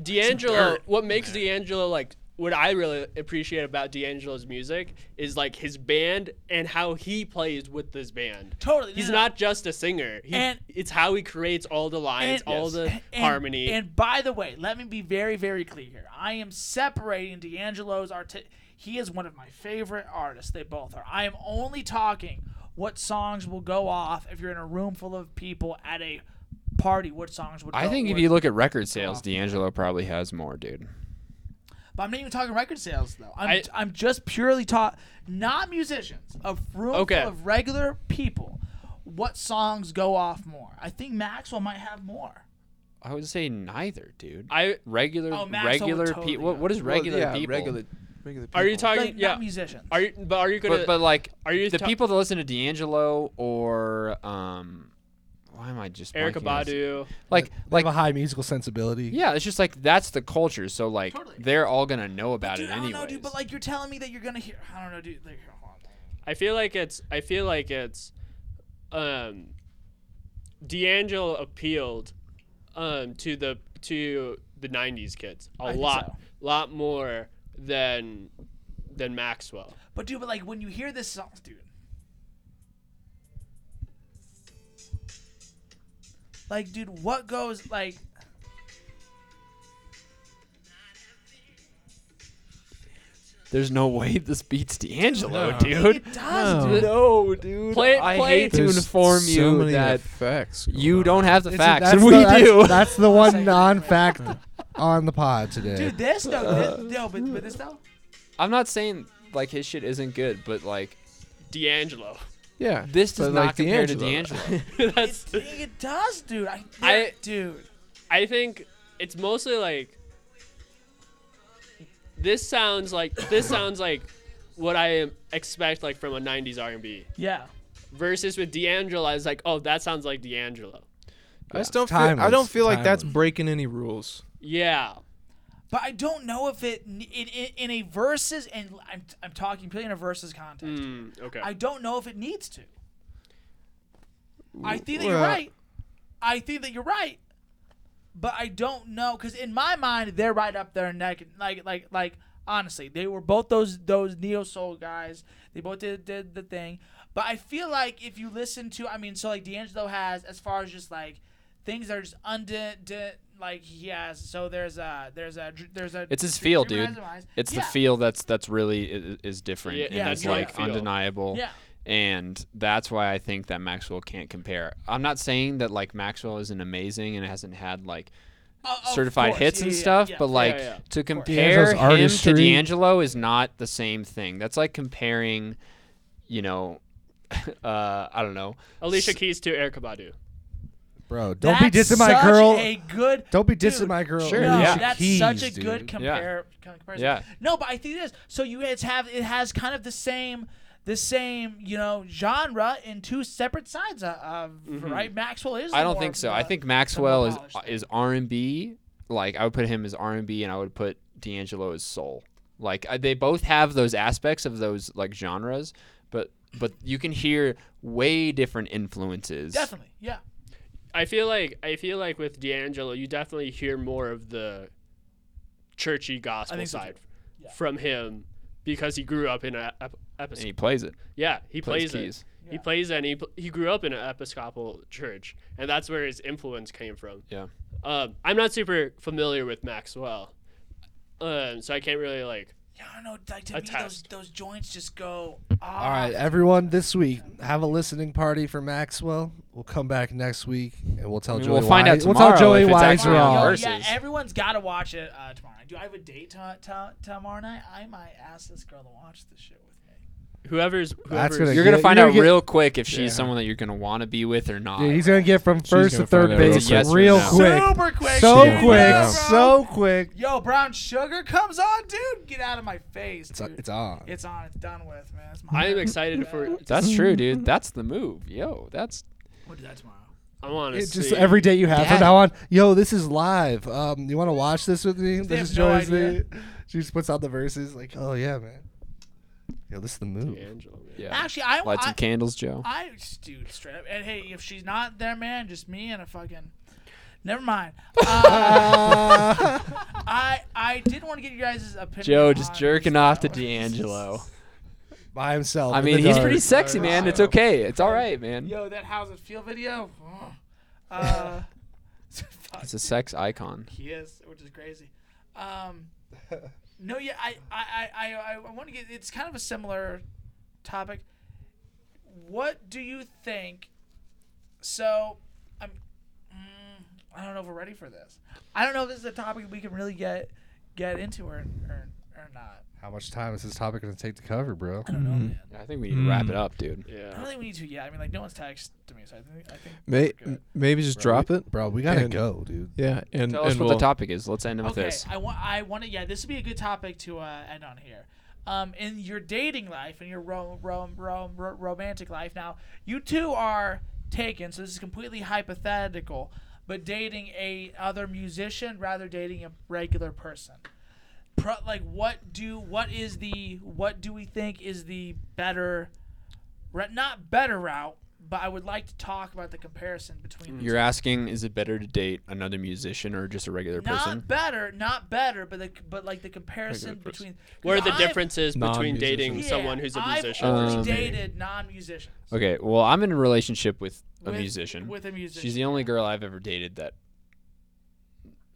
C: D'Angelo,
A: dirt
C: what makes D'Angelo like what I really appreciate about D'Angelo's music is like his band and how he plays with this band.
B: Totally. no,
C: He's
B: no, no.
C: not just a singer. He,
B: And-
C: it's how he creates all the lines, all the
B: and-
C: harmony.
B: And by the way, let me be very, very clear here. I am separating D'Angelo's art. He is one of my favorite artists. They both are. I am only talking what songs will go off if you're in a room full of people at a party. What songs would?
E: I
B: go-
E: think if
B: would-
E: you look at record sales, D'Angelo probably has more, dude.
B: But I'm not even talking record sales though. I'm,
C: I-
B: I, am just purely taught not musicians, a room
C: Okay.
B: full of regular people. What songs go off more? I think Maxwell might have more.
E: I would say neither, dude.
C: I
E: regular,
B: Oh, Maxwell would
E: regular
B: totally
E: people. What, what is
A: Well,
E: regular
A: yeah,
E: people?
A: Regular, regular people.
C: are you talking?
B: Like
C: yeah.
B: not musicians.
C: Are you? But are you gonna?
E: but, but like,
C: are you
E: the
C: ta-
E: people that listen to D'Angelo or um, why am I just
C: Erica
E: blanking on this?
C: Badu.
E: Like, like,
D: Like a high musical sensibility.
E: yeah, it's just like that's the culture. So like,
B: Totally.
E: they're all gonna know about
B: dude,
E: it
B: I don't
E: anyway.
B: know, dude. But like, you're telling me that you're gonna hear. I don't know, dude. Like, hold on.
C: I feel like it's I feel like it's um D'Angelo appealed um to the to the nineties kids a
B: think
C: lot
B: so.
C: lot more than than Maxwell.
B: But dude, but like when you hear this song, dude. Like, dude, what goes like?
E: There's no way this beats D'Angelo,
A: No.
E: dude.
B: It does,
A: No.
B: dude.
E: No, dude. Play,
C: I
E: I
C: hate
E: hate to
A: There's
E: inform
A: so
E: you
A: many
E: that
A: effects. going
E: you
A: on.
E: don't have the
D: It's-
E: facts,
D: that's
E: and
D: the-
E: we
D: that's-
E: do.
D: That's the one non-fact on the pod today.
B: Dude, this though, this, no, but, but this though.
E: I'm not saying like his shit isn't good, but like
C: D'Angelo.
A: Yeah.
E: this does
A: but,
E: not
A: like,
E: compare to
A: D'Angelo.
E: D'Angelo.
C: That's
B: It, it does, dude. I,
C: I-
B: dude.
C: I think it's mostly like this sounds like this sounds like what I am- expect like from a '90s R&B.
B: Yeah.
C: Versus with D'Angelo, I was like, oh, that sounds like D'Angelo.
A: I just don't. Feel, I
D: Timeless,
A: don't feel like that's
D: timeless.
A: breaking any rules.
C: Yeah,
B: But I don't know if it in in, in a versus and I'm I'm talking purely in a versus context.
C: Mm, okay.
B: I don't know if it needs to. I think that you're
A: Well-
B: right. I think that you're right. But I don't know because in my mind they're right up there neck like like like honestly they were both those those neo soul guys. They both did did the thing. But I feel like if you listen to I mean so like D'Angelo has as far as just like things that are just undid did- like he has so there's a there's a dr- there's a
E: It's his feel,
B: Dreamer
E: dude.
B: Has No Eyes.
E: It's the
B: Yeah.
E: feel that's that's really is, is different
C: Yeah,
E: and
C: yeah,
E: it's
C: drug
E: like
C: feel.
E: undeniable.
B: Yeah.
E: And that's why I think that Maxwell can't compare. I'm not saying that like Maxwell isn't amazing and hasn't had like
B: Oh, of
E: certified
B: course.
E: hits
B: Yeah,
E: and
B: yeah,
E: stuff,
B: yeah.
E: but like
C: yeah.
E: to compare him
F: artistry.
E: to D'Angelo is not the same thing. That's like comparing, you know, uh, I don't know.
C: Alicia Keys to Erica Badu.
D: Bro, don't be
B: That's
D: dissing my
B: such
D: girl.
B: A good.
D: Don't be dissing
B: dude,
D: my girl.
E: sure,
B: No,
E: yeah.
B: that's
D: Keys,
B: such a
D: dude.
B: good compare, comparison.
E: Yeah.
B: No, but I think it is. So you guys have it has kind of the same the same you know genre in two separate sides of, of right. Maxwell is.
E: Mm-hmm. I don't
B: more
E: think
B: of
E: so.
B: the-
E: I think Maxwell is
B: polished
E: is R and B. Like I would put him as R and B, and I would put D'Angelo as soul. Like I, they both have those aspects of those like genres, but but you can hear way different influences.
B: definitely yeah.
C: I feel like I feel like with D'Angelo, you definitely hear more of the churchy gospel
B: think so,
C: side from him because he grew up in a ep-
E: And
C: episcopal.
E: he plays it.
C: yeah, he
E: plays
C: plays, it.
E: keys.
C: He plays it and he pl- he grew up in an episcopal church, and that's where his influence came from.
E: Yeah.
C: Um, I'm not super familiar with Maxwell, um, so I can't really like.
B: Yeah, I don't know. Like to me,
C: A
B: those
C: test.
B: those joints just go.
D: All right, everyone, this week have a listening party for Maxwell. We'll come back next week and we'll tell
E: I mean,
D: Joey.
E: we'll find
D: why-
E: out
D: We'll tell
E: tomorrow
D: Joey
E: if it's
D: why he's
E: actually on
D: wrong.
E: verse.
B: Yeah,
E: versus.
B: everyone's got to watch it uh, tomorrow. night. Do I have a date to to tomorrow night? I might ask this girl to watch this shit with me.
C: Whoever's,
D: That's
C: whoever's
D: gonna
E: You're gonna
D: Yeah,
E: find
D: you're
E: out
D: gonna get-
E: real quick if she's
A: Yeah.
E: someone that you're gonna want to be with or not.
D: Dude, he's gonna get from first to
A: gonna
D: third
A: find out real
D: base
E: quick. Yes or
D: real
E: no.
D: quick,
B: Super quick.
D: so
B: shit,
D: quick,
B: yeah, bro.
D: so quick.
B: Yo, brown sugar comes on, dude. Get out of my face.
D: It's,
B: dude.
D: it's on.
B: It's on. It's done with, man. It's
C: I
B: mine.
C: am excited for.
E: That's true, dude. That's the move. Yo, that's
B: We'll do that tomorrow.
C: I want to
D: It just
C: see.
D: every day you have
E: Dad.
D: from now on. Yo, this is live. Um, you want to watch this with me?
B: They
D: This
B: have
D: is
B: no
D: Joey's.
B: idea.
D: thing. She just puts out the verses like, oh yeah, man. Yo, this is the move.
C: D'Angelo, man.
E: yeah.
B: Actually, I
E: Light some
B: I,
E: candles, Joe.
B: I dude, straight up. And hey, if she's not there, man, just me and a fucking. Never mind. Uh, I I did want to get you guys' opinion.
E: Joe just
B: on
E: jerking
B: this,
E: off
B: though.
E: to D'Angelo.
D: By himself.
E: I
D: in
E: mean,
D: the
E: he's
D: dark.
E: pretty sexy, man. It's okay. It's all right, man.
B: Yo, that how's it feel video. Ugh. Uh, fuck.
E: It's a sex icon.
B: He is, which is crazy. Um, no, yeah, I, I, I, I, I want to get. It's kind of a similar topic. What do you think? So, I'm. Mm, I don't know if we're ready for this. I don't know if this is a topic we can really get get into or or, or not.
D: How much time is this topic gonna take to cover, bro?
B: I don't know, man.
E: I think we
A: Hmm.
E: need to wrap it up, dude.
B: I don't
C: Yeah.
B: think we need to. Yeah, I mean, like no one's taxed to me, so I think I think.
A: May-
B: Good.
A: maybe just drop it.
D: Bro, we gotta
A: And-
D: go, dude.
A: Yeah, and
E: Tell
A: and
E: us what
A: we'll-
E: the topic is. Let's end it with
B: Okay,
E: this.
B: I want. I want to. Yeah, this would be a good topic to uh, end on here. Um, in your dating life and your rom- rom- rom- ro- romantic life. Now, you two are taken, so this is completely hypothetical. But dating a other musician rather dating a regular person. Pro, like, what do what is the what do we think is the better, re- not better route? But I would like to talk about the comparison between the
E: You're asking, is it better to date another musician or just a regular
B: not
E: person?
B: better, not better, but the, but like the comparison between
C: Where are the
B: I've-
C: differences between dating
B: yeah,
C: someone who's a musician?
B: I've
C: versus
B: only
E: Um,
B: dated non-musicians.
E: Okay, well, I'm in a relationship with a
B: With-
E: musician.
B: With a musician.
E: She's the only girl I've ever dated that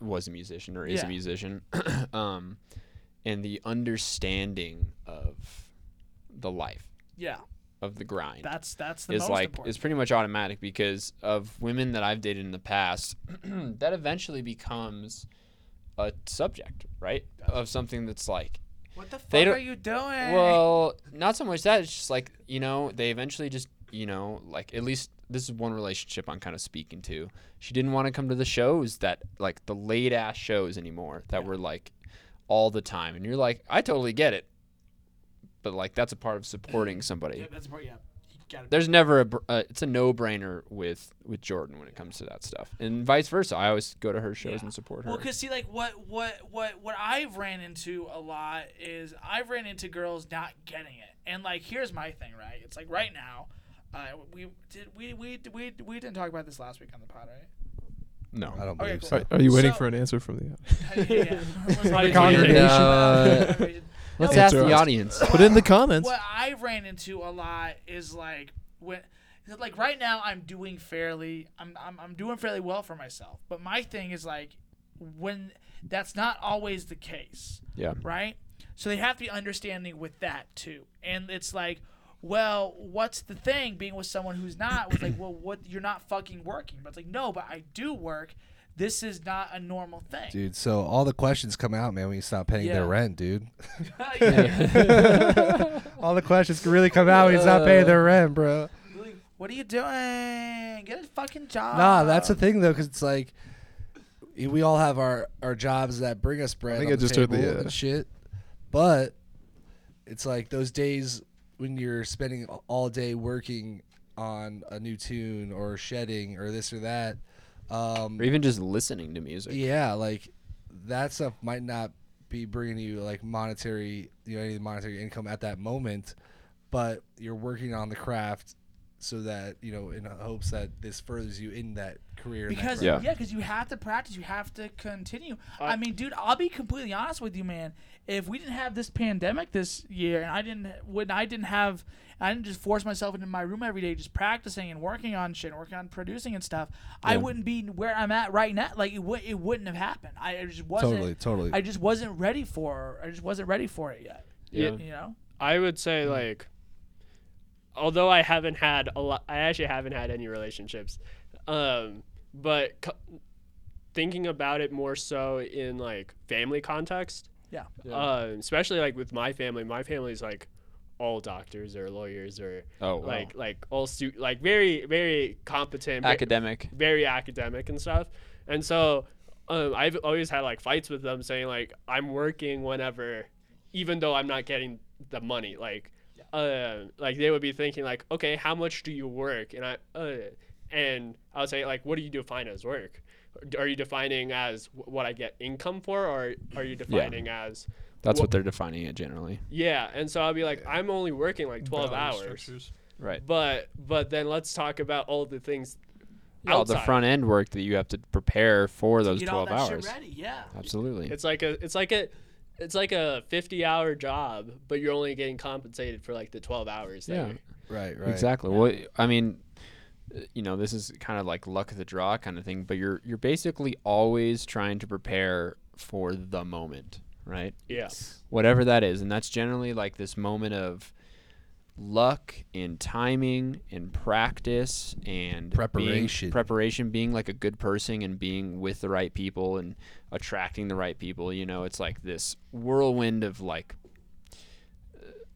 E: was a musician or is
B: Yeah.
E: a musician. um, and the understanding of the life,
B: yeah,
E: of the grind.
B: that's that's the
E: is
B: most
E: like
B: important.
E: is pretty much automatic because of women that I've dated in the past, that eventually becomes a subject, right? Of something that's like,
B: What the fuck
E: they don't-
B: are you doing?
E: well, not so much that it's just like you know they eventually just you know like at least this is one relationship I'm kind of speaking to. She didn't want to come to the shows that like the late ass shows anymore that were like all the time, and you're like, I totally get it, but like that's a part of supporting somebody.
B: that's part. Yeah, you gotta.
E: There's never a br- uh, it's a no brainer with with Jordan when it comes to that stuff, and vice versa. I always go to her
B: Yeah.
E: shows and support her.
B: Well, cause see, like what what what what I've ran into a lot is I've ran into girls not getting it, and like here's my thing, right? It's like right now, uh, we did we we we we didn't talk about this last week on the pod, right?
E: no,
D: I don't
B: Okay,
D: believe
B: cool.
A: Are, are you waiting
B: So-
A: for an answer from the
B: yeah.
C: The
E: congregation. Uh, let's
A: No, it's
E: ask the
A: all-
E: audience.
A: Put it in the comments.
B: What I ran into a lot is like when, like right now I'm doing fairly, I'm I'm, I'm doing fairly well for myself. But my thing is like when that's not always the case
E: Yeah,
B: right? So they have to be understanding with that too. And it's like, well, what's the thing being with someone who's not was like, well, what you're not fucking working. But it's like, no, but I do work. This is not a normal thing.
D: Dude, so all the questions come out, man, when you stop paying their
B: Yeah.
D: rent, dude.
B: Yeah.
D: all the questions can really come out when you stop paying their rent, bro.
B: what are you doing? Get a fucking job.
D: Nah, that's
B: Uh.
D: the thing though, because it's like we all have our our jobs that bring us bread.
A: I think
D: on
A: I
D: the
A: just heard the,
D: table
A: uh,
D: and shit, but it's like those days when you're spending all day working on a new tune or shedding or this or that. Um,
E: or even just listening to music.
D: yeah, like that stuff might not be bringing you like monetary, you know, any monetary income at that moment, but you're working on the craft so that you know in hopes that this furthers you in that career. and that
B: Because
D: craft.
B: yeah,
E: Yeah.
B: because you have to practice, you have to continue. I mean, dude, I'll be completely honest with you, man. If we didn't have this pandemic this year, and I didn't, when I didn't have, I didn't just force myself into my room every day, just practicing and working on shit, and working on producing and stuff, I wouldn't be where I'm at right now. Like it would, it wouldn't have happened. I I just wasn't.
D: totally, totally.
B: I just wasn't ready for. I just wasn't ready for it yet.
E: Yeah.
B: You know.
C: I would
E: mm.
C: say like, although I haven't had a lot, I actually haven't had any relationships, um, but c- thinking about it more so in like family context,
B: Yeah.
C: um, especially like with my family. My family's like all doctors or lawyers or
E: Oh, wow.
C: like like all stu- like very very competent, ve-
E: academic.
C: very academic and stuff. And so um, I've always had like fights with them saying like I'm working whenever, even though I'm not getting the money. Like, um, like they would be thinking like, okay, how much do you work? And I uh, and I would say like, what do you define as work? Are you defining as wh- what I get income for, or are you defining as
E: That's
C: Wha-
E: what they're defining it generally.
C: yeah? And so I'd be like, I'm only working like 12 hours,
E: Right.
C: but but then let's talk about all the things.
E: all the
C: outside.
E: front end work that you have to prepare for those
B: Get
E: 12
B: all that
E: hours.
B: shit ready. Yeah.
E: Absolutely.
C: It's like a it's like a it's like a 50 hour job, but you're only getting compensated for like the 12 hours. that
E: Yeah.
C: you're-
D: right, right.
E: Exactly. Well, I mean, uh, you know, this is kind of like luck of the draw kind of thing, but you're you're basically always trying to prepare for the moment, right?
C: Yeah.
E: Whatever that is, and that's generally like this moment of luck and timing and practice and being-
D: Preparation.
E: preparation being like a good person and being with the right people and attracting the right people you know it's like this whirlwind of like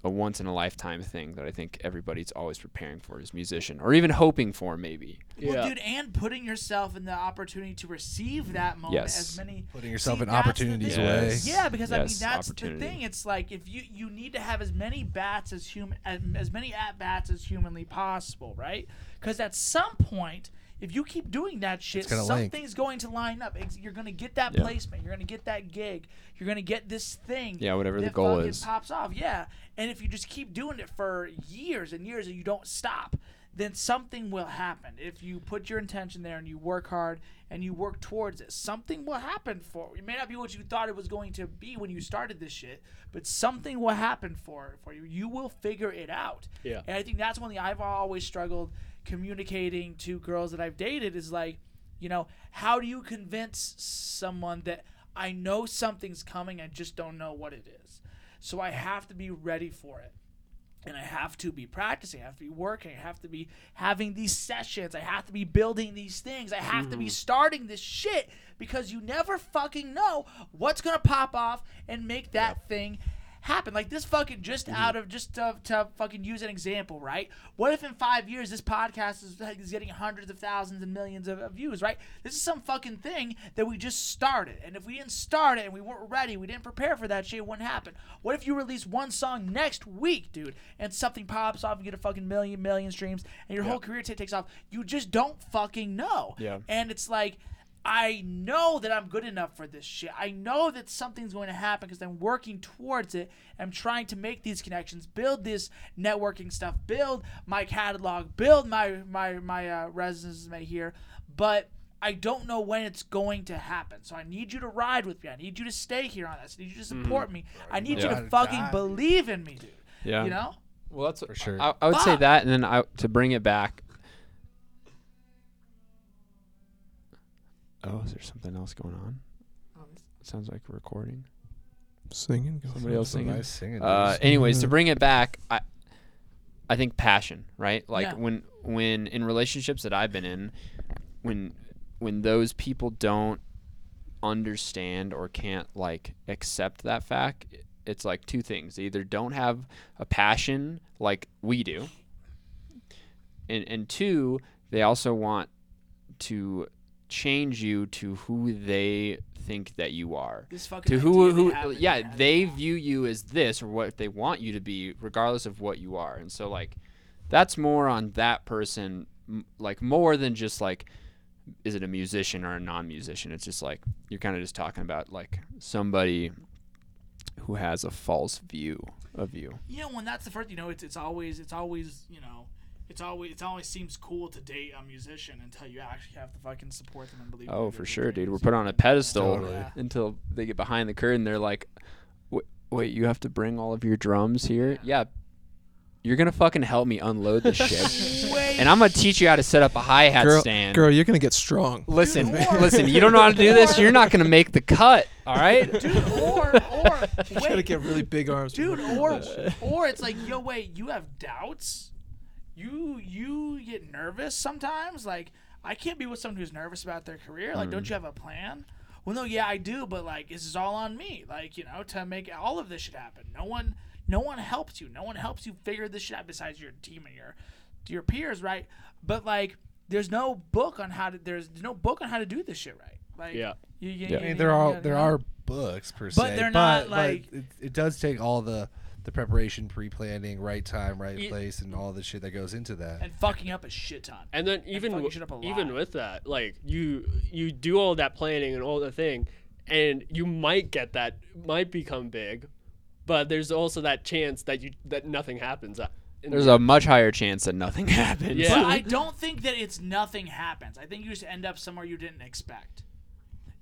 E: a once in a lifetime thing that i think everybody's always preparing for as a musician or even hoping for maybe
C: Yeah.
B: Well, dude, and putting yourself in the opportunity to receive that moment
E: Yes.
B: as many
D: Putting yourself in
B: that's the
D: opportunities
B: thing.
E: away.
D: Yes.
B: Yeah, because I mean
E: Yes,
B: that's the
E: opportunity.
B: thing. It's like if you you need to have as many bats as human as, as many at bats as humanly possible, right? Because at some point. If you keep doing that shit,
D: gonna link.
B: something's going to line up. Ex- You're going to get that
E: Yeah.
B: placement. You're going to get that gig. You're going to get this thing.
E: Yeah, whatever the
B: that
E: goal
B: fucking
E: is.
B: pops off. Yeah, and if you just keep doing it for years and years and you don't stop, then something will happen. If you put your intention there and you work hard and you work towards it, something will happen for. It may not be what you thought it was going to be when you started this shit, but something will happen for for you. You will figure it out.
C: Yeah.
B: And I think that's one thing I've always struggled communicating to girls that I've dated is like, you know, how do you convince someone that I know something's coming, I just don't know what it is. So I have to be ready for it. And I have to be practicing, I have to be working, I have to be having these sessions, I have to be building these things, I have to be starting this shit because you never fucking know what's gonna pop off and make that thing happen. Like this fucking just out of just to, to fucking use an example, right? What if in five years this podcast is, is getting hundreds of thousands and millions of, of views, right? This is some fucking thing that we just started, and if we didn't start it and we weren't ready, we didn't prepare for that shit, it wouldn't happen. What if you release one song next week, dude, and something pops off, and you get a fucking million million streams, and your whole career ta- takes off? You just don't fucking know.
E: Yeah.
B: And it's like, I know that I'm good enough for this shit. I know that something's going to happen because I'm working towards it. I'm trying to make these connections, build this networking stuff, build my catalog, build my my my uh, resume here. But I don't know when it's going to happen. So I need you to ride with me. I need you to stay here on this. I need you to support me. I need you
E: Mm-hmm. Yeah.
B: to fucking believe in me, dude.
E: Yeah.
B: You know?
E: Well, that's
D: For sure.
E: I, I would say
B: Fuck.
E: that, and then I to bring it back. Oh, is there something else going on? Sounds like a recording.
A: Singing.
E: Somebody else
D: Some
E: singing.
D: nice singing.
E: Uh,
D: dudes.
E: anyways, to bring it back, I, I think passion, right? Like
B: Yeah.
E: when, when in relationships that I've been in, when, when those people don't understand or can't like accept that fact, it's like two things: they either don't have a passion like we do, and and two, they also want to change you to who they think that you are
B: This fucking
E: to who
B: idea
E: who
B: they have in their
E: yeah
B: head.
E: they view you as this or what they want you to be regardless of what you are and so like that's more on that person m- like more than just like is it a musician or a non-musician it's just like you're kind of just talking about like somebody who has a false view of you
B: you know when that's the first you know it's it's always it's always you know it's always it always seems cool to date a musician until you actually have to fucking support them and believe. in
E: oh
B: their
E: for
B: dreams.
E: sure dude we're put on a pedestal
D: Totally. Yeah.
E: until they get behind the curtain they're like "Wait- wait you have to bring all of your drums here yeah you're gonna fucking help me unload this shit
B: Wait,
E: and I'm gonna teach you how to set up a hi hat
A: Girl,
E: stand.
A: girl, you're gonna get strong.
E: Listen,
B: Dude, or-
E: listen. You don't know how to do this. You're not gonna make the cut. All right.
B: dude, or or
A: You gotta
B: wait,
A: get really big arms. for
B: dude,
A: that.
B: or or it's like yo, wait, you have doubts. You you get nervous sometimes. Like I can't be with someone who's nervous about their career. Like, don't you have a plan? Well, no, yeah, I do, but like, this is all on me. Like, you know, to make all of this shit happen. No one, no one helps you. No one helps you figure this shit out besides your team and your your peers, right? But like, there's no book on how to. There's no book on how to do this shit right. Like,
C: Yeah.
B: you, you,
E: Yeah.
B: you-
D: I mean,
B: you-
D: there
B: you
D: are
B: gotta
D: there
B: know.
D: are books per se,
B: they're not,
D: but,
B: like-
D: it, it does take all the the preparation, pre planning, right time, right
C: It-
D: place, and all the shit that goes into that.
B: and fucking up a shit ton.
C: And then even
B: fucking
C: w-
B: shit up a
C: even
B: lot.
C: with that, like you you do all that planning and all the thing, and you might get that might become big, but there's also that chance that you that nothing happens. Uh, in
E: There's
C: the-
E: a much higher chance that nothing happens.
C: Yeah.
B: But I don't think that it's nothing happens. I think you just end up somewhere you didn't expect.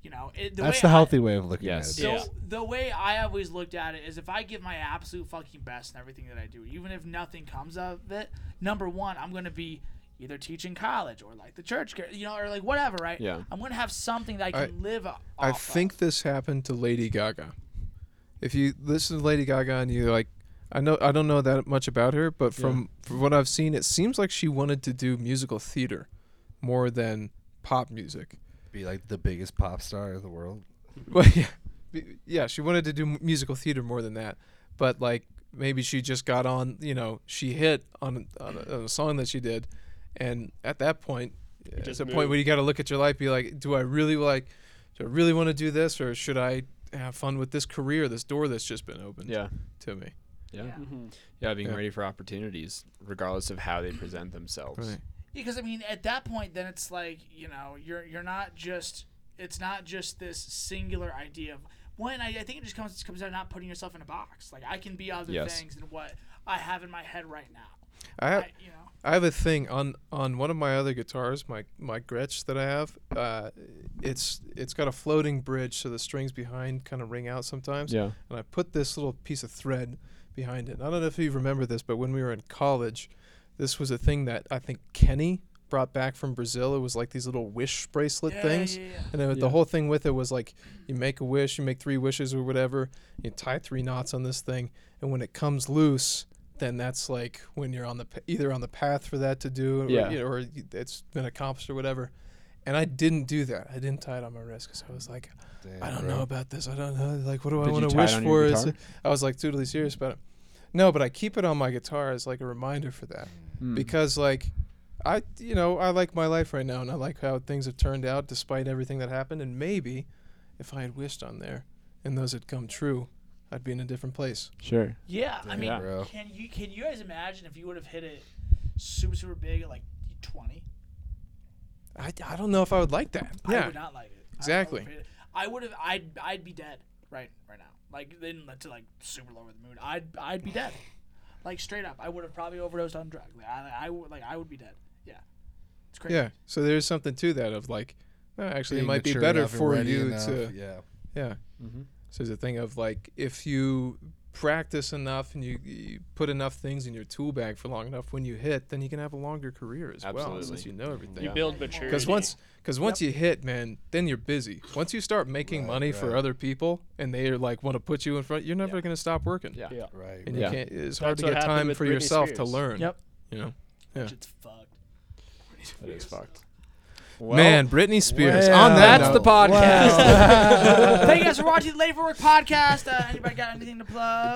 B: You know, it, the
D: That's
B: way
D: the
B: I-
D: healthy way of looking
E: Yes.
D: at it.
B: so
C: Yeah.
B: the way I always looked at it is if I give my absolute fucking best in everything that I do, even if nothing comes of it, number one, I'm gonna be either teaching college or like the church, you know, or like whatever, right?
E: Yeah.
B: I'm gonna have something that I can
A: I-
B: live off.
A: I
B: of.
A: think this happened to Lady Gaga. If you listen to Lady Gaga and you like, I know I don't know that much about her, but from from what I've seen, it seems like she wanted to do musical theater more than pop music.
D: Be like the biggest pop star in the world.
A: Well, yeah, B- yeah, she wanted to do m- musical theater more than that, but like maybe she just got on, you know, she hit on on a, on a song that she did, and at that point, it's
C: just
A: a point where you got to look at your life, be like, do I really like, do I really want to do this, or should I have fun with this career, this door that's just been opened
E: Yeah.
A: to me?
E: Yeah. Yeah, Being
A: Yeah.
E: ready for opportunities, regardless of how they present themselves.
A: Right.
B: Because I mean, at that point, then it's like you know, you're you're not just it's not just this singular idea of when I, I think it just comes comes out of not putting yourself in a box. Like I can be other
E: Yes.
B: things than what I have in my head right now.
A: I have,
B: I, you know,
A: I have a thing on on one of my other guitars, my my Gretsch that I have. Uh, it's it's got a floating bridge, so the strings behind kind of ring out sometimes.
E: Yeah.
A: and I put this little piece of thread behind it. And I don't know if you remember this, but when we were in college, this was a thing that I think Kenny brought back from Brazil. It was like these little wish bracelet
B: Yeah,
A: things.
B: yeah, yeah.
A: And then the whole thing with it was like you make a wish, you make three wishes or whatever, you tie three knots on this thing, and when it comes loose, then that's like when you're on the p- either on the path for that to do or,
E: Yeah.
A: you know, or y- it's been accomplished or whatever. And I didn't do that. I didn't tie it on my wrist because I was like, I don't know about this. I don't know. Like, what do I
E: Did you
A: want to
E: tie it
A: wish
E: on
A: for?
E: your
A: Is
E: guitar?
A: I was like totally serious about it. No, but I keep it on my guitar as like a reminder for that
E: Hmm.
A: because like I you know I like my life right now and I like how things have turned out despite everything that happened and maybe if I had wished on there and those had come true I'd be in a different place.
E: sure.
B: Yeah, I mean,
E: Yeah.
D: Bro.
B: can you can you guys imagine if you would have hit it super super big at like twenty?
A: I, I don't know if I would like that.
B: I
A: Yeah.
B: would not like it. I
A: Exactly.
B: would've hated it. I would have. I'd. I'd be dead right right now. Like they didn't let to like super lower the mood. I'd. I'd be dead. Like straight up, I would have probably overdosed on drugs. Like, I. I would like. I would be dead. Yeah. It's crazy.
A: Yeah. So there's something to that of like no, actually
D: Being
A: it might be
D: mature
A: better
D: enough and
A: for
D: ready
A: you
D: enough,
A: to
D: Yeah.
A: yeah.
E: Mhm.
A: So there's a thing of like if you practice enough and you, you put enough things in your tool bag for long enough when you hit then you can have a longer career as well since
E: Absolutely. Mm-hmm.
A: you know everything.
C: You build maturity.
A: Because once, because once you hit, man, then you're busy. Once you start making money for
D: right.
A: other people, and they are like want to put you in front, you're never gonna stop working.
E: Yeah.
C: Yeah.
D: Right.
A: and you
E: Yeah.
A: can't. It's hard
C: That's
A: to
C: what
A: get
C: happened
A: time
C: with
A: for
C: Britney
A: yourself to
C: Spears.
A: learn.
B: Yep.
A: You know, Yeah.
B: It's fucked.
E: That is fucked.
A: man, Britney Spears. on that,
E: that's
A: note,
E: the podcast.
B: Thank you guys for watching the Late for Work podcast. Uh, anybody got anything to plug?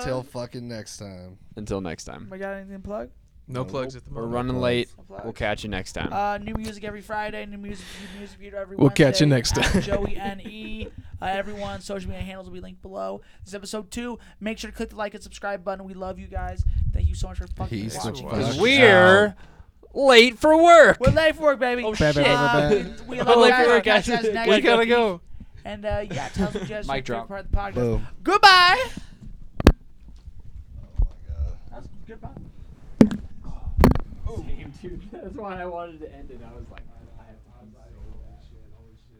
D: Until fucking next time.
E: Until next time.
B: anybody got anything to plug?
A: no plugs at the
E: We're
A: moment.
E: running late.
B: No plugs.
E: We'll catch you next time.
B: Uh, new music every Friday. New music, new music video every.
A: We'll catch you next
B: Wednesday at
A: time.
B: Joey N E. Uh, everyone's social media handles will be linked below. This is episode two. Make sure to click the like and subscribe button. We love you guys. Thank you so much for fucking
D: Peace the
B: watching.
D: fuck
E: Because
D: out.
E: we're late for work.
B: We're late for work, baby.
C: Oh, shit.
B: Uh, we, we love you
C: late
B: guys.
C: for work,
B: Catch
C: guys.
B: us next
C: We gotta
B: week.
C: go.
B: And uh, yeah, tell us what you guys
E: Mic
B: think your
E: drop.
B: part of the podcast.
D: Boom.
B: Goodbye. That's goodbye.
C: Same, dude. That's why I wanted to end it. I was like, I have to be so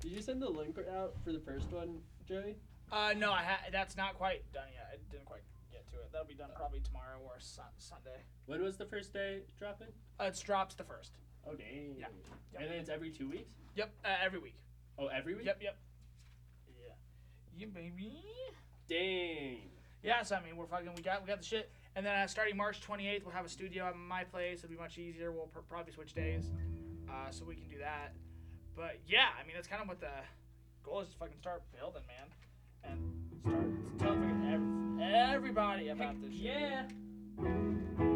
C: Did you send the link out for the first one, Joey?
B: Uh, no, I ha- that's not quite done yet. I didn't quite get to it. That'll be done probably tomorrow or sun- Sunday.
C: When was the first day dropping?
B: Uh, it drops the first.
C: Oh, dang.
B: Yeah.
C: And then it's every two weeks?
B: Yep, uh, every week.
C: Oh, every week?
B: Yep, yep. Yeah. You baby.
C: Dang.
B: Yeah, so I mean, we're fucking. We got we got the shit. And then uh, starting March 28th, we'll have a studio at my place. It'll be much easier. We'll pr- probably switch days, uh, so we can do that. But yeah, I mean, that's kind of what the goal is to fucking start building, man, and start telling fucking ev- everybody about this shit.
C: Yeah.